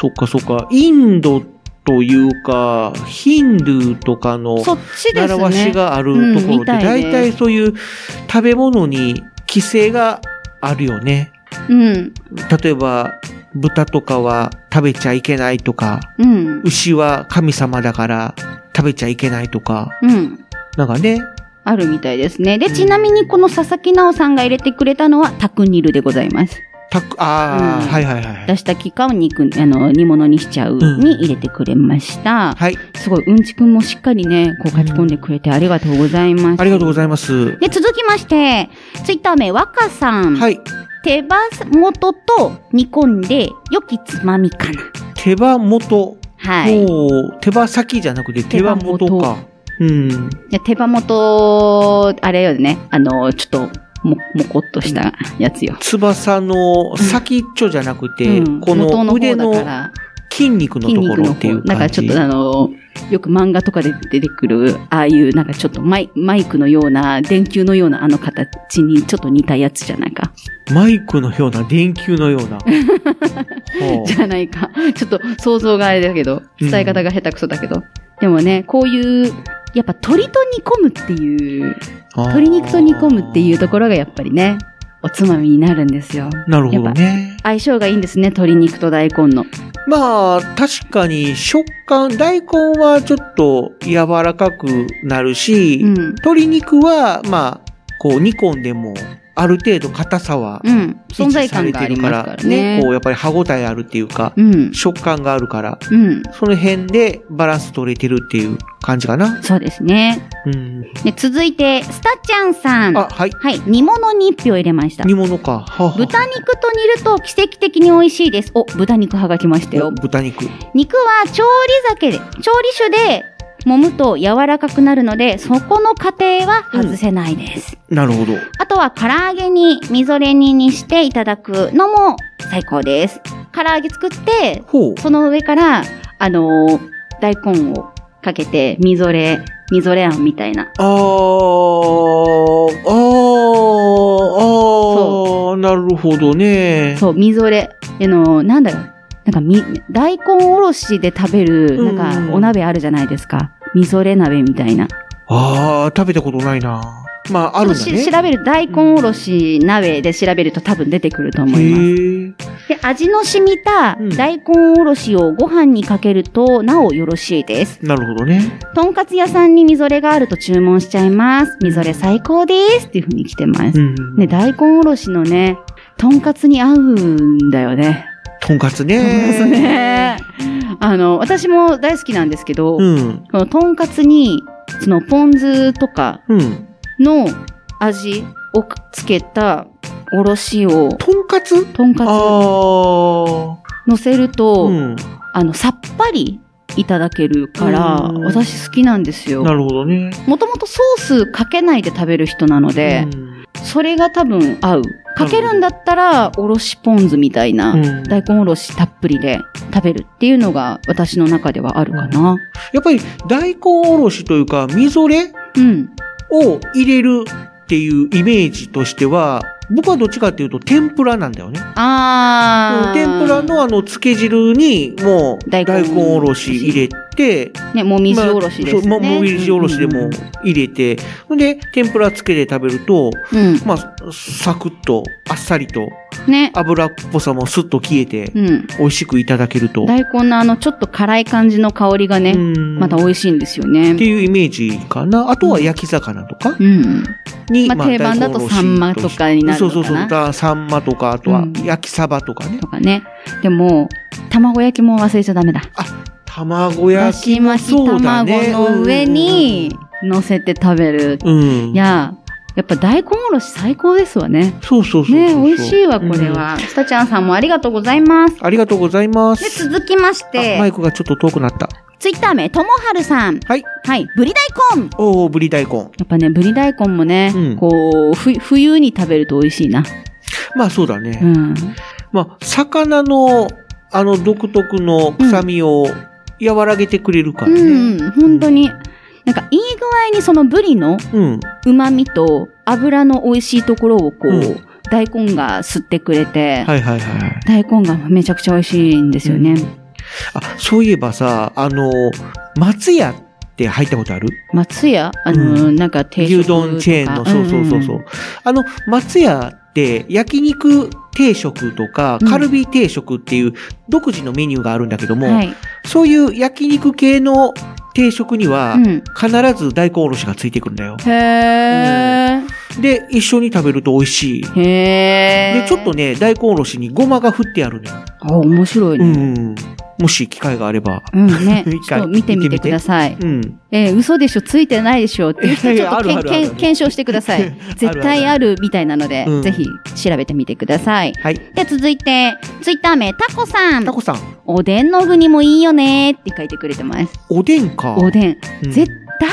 [SPEAKER 4] そっかそっか。インドというか、ヒンドゥーとかの
[SPEAKER 5] そっちですね。
[SPEAKER 4] 習わしがあるとこ
[SPEAKER 5] うん
[SPEAKER 4] ろ
[SPEAKER 5] み
[SPEAKER 4] で、
[SPEAKER 5] たいね
[SPEAKER 4] 大体そういう食べ物に規制があるよね。
[SPEAKER 5] うん。
[SPEAKER 4] 例えば、豚とかは食べちゃいけないとか、
[SPEAKER 5] うん。
[SPEAKER 4] 牛は神様だから食べちゃいけないとか、
[SPEAKER 5] うん。
[SPEAKER 4] なんかね、
[SPEAKER 5] あるみたいですね。で、ちなみにこの佐々木直さんが入れてくれたのはタクニルでございます。
[SPEAKER 4] たく、ああ、
[SPEAKER 5] うん
[SPEAKER 4] はいはいはい。
[SPEAKER 5] 出した期間を肉、あの、煮物にしちゃうに入れてくれました。
[SPEAKER 4] はい、
[SPEAKER 5] すごい、うんちくんもしっかりね、こう書き込んでくれてありがとうございます。
[SPEAKER 4] ありがとうございます。
[SPEAKER 5] で、続きまして、ツイッター名、若さん。
[SPEAKER 4] はい、
[SPEAKER 5] 手羽元と煮込んで、良きつまみかな。
[SPEAKER 4] 手羽元。
[SPEAKER 5] はい。
[SPEAKER 4] おー手羽先じゃなくて手羽元か。うん。
[SPEAKER 5] で手羽元、あれよね、あの、ちょっと、も、もこっとしたやつよ。
[SPEAKER 4] 翼の先っちょじゃなくて、
[SPEAKER 5] うん
[SPEAKER 4] こ
[SPEAKER 5] 元
[SPEAKER 4] の腕
[SPEAKER 5] 方だ
[SPEAKER 4] の
[SPEAKER 5] から
[SPEAKER 4] 筋肉の
[SPEAKER 5] 筋
[SPEAKER 4] とこ
[SPEAKER 5] 肉
[SPEAKER 4] ろ
[SPEAKER 5] の
[SPEAKER 4] ってい
[SPEAKER 5] 方
[SPEAKER 4] う
[SPEAKER 5] なん
[SPEAKER 4] 感
[SPEAKER 5] かち
[SPEAKER 4] じ。
[SPEAKER 5] ょっとあの、よく漫画とかで出てくる、ああいうなんかちょっとマイマイクのような、電球のようなあの形にちょっと似たやつじゃないか。
[SPEAKER 4] マイクのような、電球のよ
[SPEAKER 5] <laughs>
[SPEAKER 4] うな。ほう
[SPEAKER 5] じゃないか。ちょっと想像があれだけど、
[SPEAKER 4] うん
[SPEAKER 5] 伝え方が下手くそだけど。でもね、こういう、やっぱ鶏と煮込むっていう、鶏肉と煮込むっていうところがやっぱりね、おつまみになるんですよ。
[SPEAKER 4] なるほどね。
[SPEAKER 5] 相性がいいんですね、鶏肉と大根の。
[SPEAKER 4] まあ、確かに食感、大根はちょっと柔らかくなるし、
[SPEAKER 5] うん。
[SPEAKER 4] 鶏肉は、まあ、こう煮込んでも、ある程度硬さは
[SPEAKER 5] う、ん。
[SPEAKER 4] 維
[SPEAKER 5] 存在
[SPEAKER 4] 持さ
[SPEAKER 5] 感
[SPEAKER 4] れ
[SPEAKER 5] があ
[SPEAKER 4] て
[SPEAKER 5] り
[SPEAKER 4] る
[SPEAKER 5] ま
[SPEAKER 4] か
[SPEAKER 5] す
[SPEAKER 4] ら
[SPEAKER 5] から
[SPEAKER 4] ね
[SPEAKER 5] ね。
[SPEAKER 4] こう、やっぱり歯応えあるっていうか、
[SPEAKER 5] うん。
[SPEAKER 4] 食感があるから、
[SPEAKER 5] うん。
[SPEAKER 4] その辺でバランス取れてるっていう感じかな。
[SPEAKER 5] そうですね。
[SPEAKER 4] うん。
[SPEAKER 5] で、続いて、スタちゃんさん。
[SPEAKER 4] あ、
[SPEAKER 5] は
[SPEAKER 4] はい。
[SPEAKER 5] い。煮物に一票入れました。
[SPEAKER 4] 煮物か。はあはあ
[SPEAKER 5] 豚肉と煮ると奇跡的に美味しいです。お、豚肉派が来ましたよ
[SPEAKER 4] お。豚肉。
[SPEAKER 5] 肉は調理酒で、調理酒で揉むと柔らかくなるので、そこの過程は外せないです。
[SPEAKER 4] なるほど。
[SPEAKER 5] あとは唐揚げに、みぞれ煮にしていただくのも最高です。唐揚げ作って、
[SPEAKER 4] ほう。
[SPEAKER 5] その上から、あのー大根をかけて、みぞれ、みぞれあんみたいな。
[SPEAKER 4] あー、あー、あー、なるほどね。
[SPEAKER 5] そう、みぞれ。あのーなんだろう。なんかみ、大根おろしで食べる、
[SPEAKER 4] うん
[SPEAKER 5] なんかお鍋あるじゃないですか。みぞれ鍋みたいな。
[SPEAKER 4] あー、食べたことないな。まあ、あるんだ
[SPEAKER 5] ちょっと
[SPEAKER 4] ね。
[SPEAKER 5] し調べる大根おろし鍋で調べると多分出てくると思います。
[SPEAKER 4] へえ。
[SPEAKER 5] で、味の染みた
[SPEAKER 4] うん
[SPEAKER 5] 大根おろしをご飯にかけるとなおよろしいです。
[SPEAKER 4] なるほどね。
[SPEAKER 5] とんかつ屋さんにみぞれがあると注文しちゃいます。みぞれ最高ですっていう風に来てます
[SPEAKER 4] う。ん。
[SPEAKER 5] ね、大根おろしのね、とんかつに合うんだよね。
[SPEAKER 4] とんかつ
[SPEAKER 5] とんかつ
[SPEAKER 4] ね。
[SPEAKER 5] ね。あの、私も大好きなんですけど、
[SPEAKER 4] うん。
[SPEAKER 5] このとんかつに、そのポン酢とか
[SPEAKER 4] うん。
[SPEAKER 5] の味をくっつけたおろしを
[SPEAKER 4] とんかつ
[SPEAKER 5] とんか
[SPEAKER 4] あ
[SPEAKER 5] つ乗せる
[SPEAKER 4] ー。
[SPEAKER 5] と、
[SPEAKER 4] うん。
[SPEAKER 5] あのさっぱりいただけるから、
[SPEAKER 4] うん
[SPEAKER 5] 私好きなんですよ
[SPEAKER 4] なるほどね。
[SPEAKER 5] もともとソースかけないで食べる人なので
[SPEAKER 4] う、ん
[SPEAKER 5] それが多分合うかけるんだったらおろしポン酢みたいな、
[SPEAKER 4] うん
[SPEAKER 5] 大根おろしたっぷりで食べるっていうのが私の中ではあるかな
[SPEAKER 4] やっぱり大根おろしというか、みぞれ
[SPEAKER 5] うん
[SPEAKER 4] を入れるっていうイメージとしては、僕はどっちかっていうと天ぷらなんだよね。
[SPEAKER 5] あー
[SPEAKER 4] 天ぷらのあの漬け汁にもう
[SPEAKER 5] 大
[SPEAKER 4] 大
[SPEAKER 5] 根
[SPEAKER 4] 根おろし入れて、
[SPEAKER 5] ねもみじおろしですね、
[SPEAKER 4] まあそうもみじおろしでも入れて、ほんで天ぷら漬けで食べると、
[SPEAKER 5] うん、
[SPEAKER 4] まあサクッとあっさりと
[SPEAKER 5] ね
[SPEAKER 4] 油っぽさもスッと消えて
[SPEAKER 5] うん
[SPEAKER 4] 美味しくいただけると。
[SPEAKER 5] 大根のあのちょっと辛い感じの香りがね、
[SPEAKER 4] うん
[SPEAKER 5] また美味しいんですよ
[SPEAKER 4] って
[SPEAKER 5] ね。
[SPEAKER 4] いうイメージかな。あとは焼き魚とか
[SPEAKER 5] うん。
[SPEAKER 4] に、
[SPEAKER 5] まあ定番だと
[SPEAKER 4] 大根おろし
[SPEAKER 5] サンマとかになるのかな
[SPEAKER 4] そうそうそう。だサンマとか、あと
[SPEAKER 5] う
[SPEAKER 4] は
[SPEAKER 5] ん
[SPEAKER 4] 焼きサバとかね
[SPEAKER 5] と。かね。でも、卵焼きも忘れちゃダメだ。
[SPEAKER 4] 卵
[SPEAKER 5] だ
[SPEAKER 4] 焼
[SPEAKER 5] し
[SPEAKER 4] きも
[SPEAKER 5] 巻き
[SPEAKER 4] そうだ
[SPEAKER 5] 卵
[SPEAKER 4] ね。
[SPEAKER 5] の上に乗せて食べる。
[SPEAKER 4] うん、う
[SPEAKER 5] い
[SPEAKER 4] ん。
[SPEAKER 5] や、やっぱ大根おろし最高ですわね。
[SPEAKER 4] そうそうそうそう。
[SPEAKER 5] ね美味しいわ、これは。スタちゃんさんもありがとうございます。
[SPEAKER 4] うん。ありがとうございま。
[SPEAKER 5] です続きまし
[SPEAKER 4] あマイ
[SPEAKER 5] て、
[SPEAKER 4] クがちょっと遠くなった。
[SPEAKER 5] ツイッター名、ともはるさん。
[SPEAKER 4] はい。
[SPEAKER 5] はい、ぶり大根
[SPEAKER 4] おおぶり大根。
[SPEAKER 5] やっぱね、ぶり大根もね、
[SPEAKER 4] うん
[SPEAKER 5] こう、ふ、冬に食べると美味しいな。
[SPEAKER 4] まあそうだね。
[SPEAKER 5] うん。
[SPEAKER 4] まあ、魚の、あの、独特の臭みを和らげてくれるからね。
[SPEAKER 5] うんうん、本当に。なんか、いい具合にそのブリの
[SPEAKER 4] うん。
[SPEAKER 5] 旨味と油の美味しいところをこう、
[SPEAKER 4] うん
[SPEAKER 5] 大根が吸ってくれて、
[SPEAKER 4] はいはいは
[SPEAKER 5] 大
[SPEAKER 4] い。
[SPEAKER 5] 根がめちゃくちゃ美味しいんですよね。
[SPEAKER 4] あ、そういえばさ、あの、松屋って入ったことある
[SPEAKER 5] 松屋あの、
[SPEAKER 4] う
[SPEAKER 5] なんか定食とか
[SPEAKER 4] 牛丼チェーンの、そうそうそうそう。。あの、松屋っって、焼肉定食とか
[SPEAKER 5] うん、
[SPEAKER 4] カルビ定食っていう独自のメニューがあるんだけども、
[SPEAKER 5] はい。
[SPEAKER 4] そういう焼肉系の定食には
[SPEAKER 5] う、ん。
[SPEAKER 4] 必ず大根おろしがついてくるんだよ。
[SPEAKER 5] へえ。
[SPEAKER 4] で、一緒に食べると美味しい。
[SPEAKER 5] へえ。
[SPEAKER 4] で、ちょっとね、大根おろしにごまが振ってあるのよ。
[SPEAKER 5] あ、面白いね。
[SPEAKER 4] うんもし機会があれば。
[SPEAKER 5] うんね
[SPEAKER 4] <laughs> 一回。
[SPEAKER 5] ちょっと見てみてください。
[SPEAKER 4] うん。
[SPEAKER 5] えー嘘でしょ、ついてないでしょっていう人、
[SPEAKER 4] い
[SPEAKER 5] ち
[SPEAKER 4] やい
[SPEAKER 5] ょ
[SPEAKER 4] や
[SPEAKER 5] っとけん
[SPEAKER 4] <laughs> あるあるある
[SPEAKER 5] けん検証してくださ
[SPEAKER 4] <laughs> ある
[SPEAKER 5] い
[SPEAKER 4] あるあ。る
[SPEAKER 5] 絶対あるみたいなので
[SPEAKER 4] う、ん
[SPEAKER 5] ぜひ調べてみてください。
[SPEAKER 4] はい。
[SPEAKER 5] で、続いて、ツイッター名、タコさん
[SPEAKER 4] タ。コさん、
[SPEAKER 5] おでんの具にもいいよねーって書いてくれてます。
[SPEAKER 4] おでんか。
[SPEAKER 5] おでん。
[SPEAKER 4] うん
[SPEAKER 5] 絶大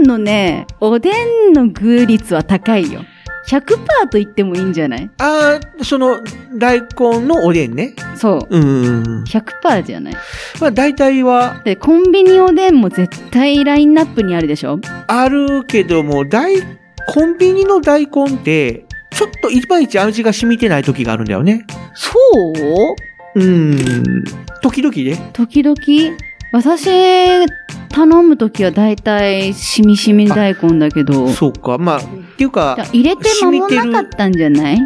[SPEAKER 5] 根のね、おでんの具率は高いよ。100%と言ってもいいんじゃない
[SPEAKER 4] ああ、その、大根のおでんね。
[SPEAKER 5] そう。
[SPEAKER 4] うん。
[SPEAKER 5] 100%じゃない。
[SPEAKER 4] まあ大体は
[SPEAKER 5] で、コンビニおでんも絶対ラインナップにあるでしょ
[SPEAKER 4] あるけども、大、コンビニの大根って、ちょっといまいち味が染みてない時があるんだよね。
[SPEAKER 5] そう
[SPEAKER 4] うん。時々ね。
[SPEAKER 5] 時々私、頼むときは大体、しみしみ大根だけど、じ
[SPEAKER 4] そうか。まあ、っていうか
[SPEAKER 5] ゃ、入れて間もなかったんじゃない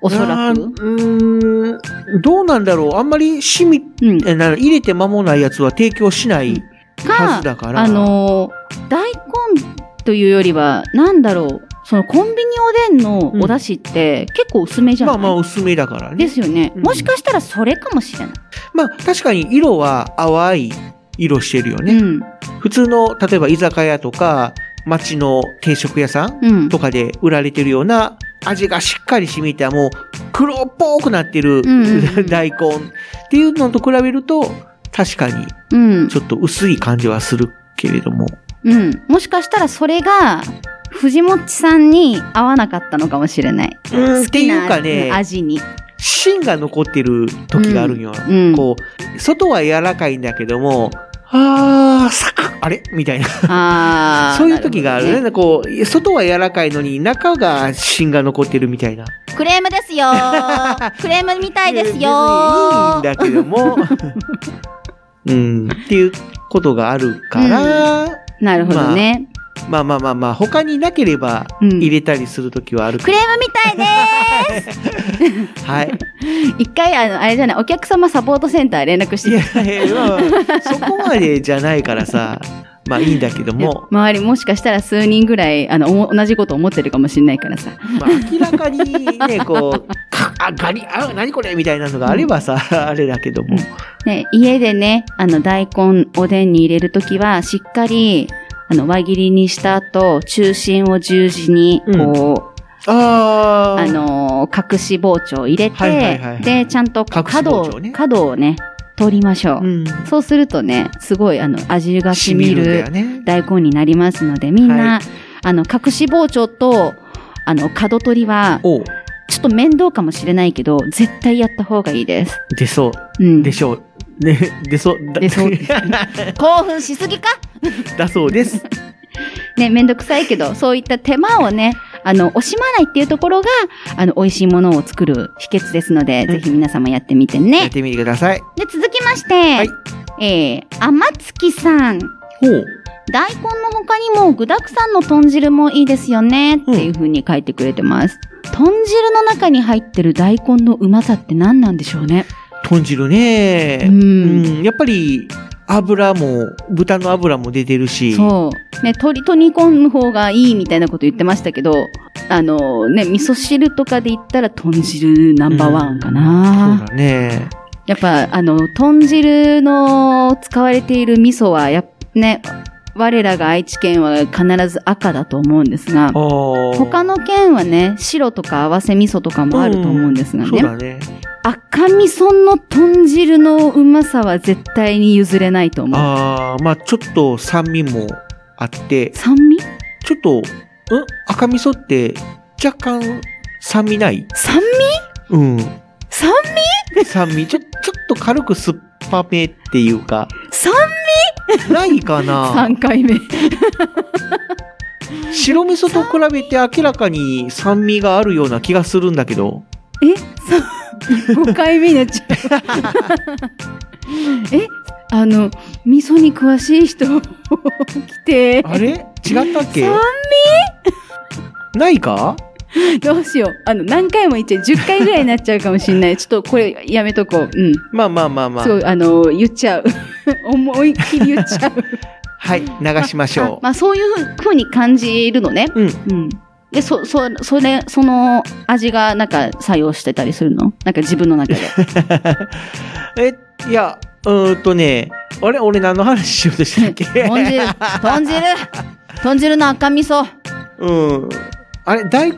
[SPEAKER 5] おそら
[SPEAKER 4] あ
[SPEAKER 5] く。
[SPEAKER 4] ーうーん、どうなんだろう。あんまりしみ、
[SPEAKER 5] うん。
[SPEAKER 4] えな入れて間もないやつは提供しな
[SPEAKER 5] う
[SPEAKER 4] い
[SPEAKER 5] ん
[SPEAKER 4] は
[SPEAKER 5] か
[SPEAKER 4] ず、だから。
[SPEAKER 5] あのー大根というよりは、なんだろう、そのコンビニおでんのお出汁って結構薄めじゃな
[SPEAKER 4] ま
[SPEAKER 5] い、
[SPEAKER 4] あまあ薄めだから
[SPEAKER 5] で
[SPEAKER 4] ね。
[SPEAKER 5] すよね、
[SPEAKER 4] うん
[SPEAKER 5] もしかしたらそれかもしれない。
[SPEAKER 4] まあ確かに色は淡い色してるよね。
[SPEAKER 5] うん。
[SPEAKER 4] 普通の、例えば居酒屋とか、町の定食屋さん
[SPEAKER 5] うん。
[SPEAKER 4] とかで売られてるような味がしっかり染みたもう黒っぽくなってる、
[SPEAKER 5] んうんうん
[SPEAKER 4] <laughs> 大根っていうのと比べると確かに
[SPEAKER 5] うん。
[SPEAKER 4] ちょっと薄い感じはするけれども。
[SPEAKER 5] うん。もしかしたらそれが、藤もっちさんに合わなかったのかもしれない。
[SPEAKER 4] うん、っ
[SPEAKER 5] 好
[SPEAKER 4] て
[SPEAKER 5] き
[SPEAKER 4] いう
[SPEAKER 5] な
[SPEAKER 4] かね、
[SPEAKER 5] 味に。
[SPEAKER 4] 芯が残ってる時があるんよ。
[SPEAKER 5] うん。
[SPEAKER 4] <laughs> こう、外は柔らかいんだけども、あー、サクッあれみたいな。
[SPEAKER 5] あー
[SPEAKER 4] そういう時がある
[SPEAKER 5] な
[SPEAKER 4] ね。
[SPEAKER 5] ほど
[SPEAKER 4] こう、外は柔らかいのに、中が芯が残ってるみたいな。
[SPEAKER 2] クレームです
[SPEAKER 4] <laughs>
[SPEAKER 2] よークレームみたいですよ
[SPEAKER 4] 別にいいん
[SPEAKER 2] ー
[SPEAKER 4] だけ
[SPEAKER 5] <laughs>
[SPEAKER 4] ども、うん、っていうことがあるから、
[SPEAKER 5] なるほどね。
[SPEAKER 4] まあまあまあまあ、他になければ
[SPEAKER 5] うん
[SPEAKER 4] 入れたりする時はある
[SPEAKER 2] ク
[SPEAKER 4] け
[SPEAKER 2] レームみたいで
[SPEAKER 4] <laughs> ど、はい。
[SPEAKER 5] 一回、あの、あれじゃない、お客様サポートセンター連絡して
[SPEAKER 4] いやいや、まあまあ、そこまでじゃないからさ、まあいいんだけども、
[SPEAKER 5] 周りもしかしたら数人ぐらいあのおも同じこと思ってるかもしれないからさ
[SPEAKER 4] まあ、明らかにね、こう、かあ、ガリ、あ、何これみたいなのがあればさ、あれだけども。
[SPEAKER 5] ね、家でね、あの、大根、おでんに入れるときは、しっかり、あの、輪切りにした後、中心を十字に、こう、
[SPEAKER 4] あー
[SPEAKER 5] あ、のー隠し包丁を入れて、
[SPEAKER 4] はいはいはいはい
[SPEAKER 5] で、ちゃんと角
[SPEAKER 4] 隠し包
[SPEAKER 5] を、
[SPEAKER 4] 丁ね
[SPEAKER 5] 角をね、取りましょう。
[SPEAKER 4] うん。
[SPEAKER 5] そうするとね、すごい、あの、味が染み
[SPEAKER 4] んだ
[SPEAKER 5] る
[SPEAKER 4] よね。
[SPEAKER 5] 大根になりますので、みんな、
[SPEAKER 4] はい
[SPEAKER 5] あの、隠し包丁と、あの、角取りは、
[SPEAKER 4] おう
[SPEAKER 5] ちょっと面倒かもしれないけど、絶対やった方がいいです。
[SPEAKER 4] 出そう。
[SPEAKER 5] うん。
[SPEAKER 4] でしょう。ね、 <laughs> 出そう。だ
[SPEAKER 5] 出そう
[SPEAKER 2] 興奮しすぎか
[SPEAKER 4] だそうです。
[SPEAKER 5] ね、めんどくさいけど、そういった手間をね、あの、惜しまないっていうところが、あの、美味しいものを作る秘訣ですので、
[SPEAKER 4] ん
[SPEAKER 5] ぜひ皆様やってみて
[SPEAKER 4] やっ
[SPEAKER 5] ね。
[SPEAKER 4] てみてください。
[SPEAKER 5] で、続きまして、
[SPEAKER 4] い
[SPEAKER 5] えー、天月さん。
[SPEAKER 4] ほう。
[SPEAKER 5] 大根の他にも具沢山の豚汁もいいですよね、っていう風に書いてくれてます。豚汁の中に入ってる大根のうまさって何なんでしょうね。
[SPEAKER 4] 豚汁ね。
[SPEAKER 5] うん
[SPEAKER 4] んやっぱり、油も、豚の油も出てるし。
[SPEAKER 5] そう。ね、鶏と煮込む方がいいみたいなこと言ってましたけど、あのね、味噌汁とかで言ったら豚汁ナンバーワンかな。
[SPEAKER 4] そうだね。
[SPEAKER 5] やっぱ、あの、豚汁の使われている味噌は、やっね、我らが愛知県は必ず赤だと思うんですが
[SPEAKER 4] あ、ー
[SPEAKER 5] 他の県はね、白とか合わせ味噌とかもあると思うんですが
[SPEAKER 4] そ
[SPEAKER 5] ね、
[SPEAKER 4] うだね。
[SPEAKER 5] 赤味噌の豚汁のうまさは絶対に譲れないと思う。
[SPEAKER 4] ああ、まあちょっと酸味もあって、
[SPEAKER 5] 酸味
[SPEAKER 4] ちょっと、うん赤味噌って若干酸味ない
[SPEAKER 5] 酸味
[SPEAKER 4] うん。
[SPEAKER 5] <laughs> 酸
[SPEAKER 4] 酸味ちょ、ちょっと軽く酸っぱめっていうか、
[SPEAKER 5] 酸
[SPEAKER 4] ないか
[SPEAKER 5] 味
[SPEAKER 4] な
[SPEAKER 5] ?3 回目。
[SPEAKER 4] 白味噌と比べて明らかに酸味があるような気がするんだけど。
[SPEAKER 5] え5回目になっちゃう <laughs> えあの味噌に詳しい人来て
[SPEAKER 4] あれ違ったっけ
[SPEAKER 5] 酸
[SPEAKER 4] ないか
[SPEAKER 5] どうしよう。あの、何回も言っちゃう。10回ぐらいになっちゃうかもし
[SPEAKER 4] <laughs>
[SPEAKER 5] んない。ちょっとこれやめとこう。うん。
[SPEAKER 4] まあまあまあまあ
[SPEAKER 5] す。ごい、あの、言っちゃう。 <laughs> 思いっきり言っちゃう。
[SPEAKER 4] はい、流しまし
[SPEAKER 5] あ
[SPEAKER 4] ょ
[SPEAKER 5] <laughs>
[SPEAKER 4] う。
[SPEAKER 5] まあ、そういうふうふうに感じるのね。
[SPEAKER 4] うん。
[SPEAKER 5] うん。で、そ、そ、それ、その味がなんか作用してたりするのなんか自分の中
[SPEAKER 4] <laughs>
[SPEAKER 5] で。
[SPEAKER 4] え、いや、うーんとね、あれ俺何の話しようとしたっけ
[SPEAKER 5] 豚汁、豚汁、豚汁の赤味噌。
[SPEAKER 4] <laughs> うん。あれ、大根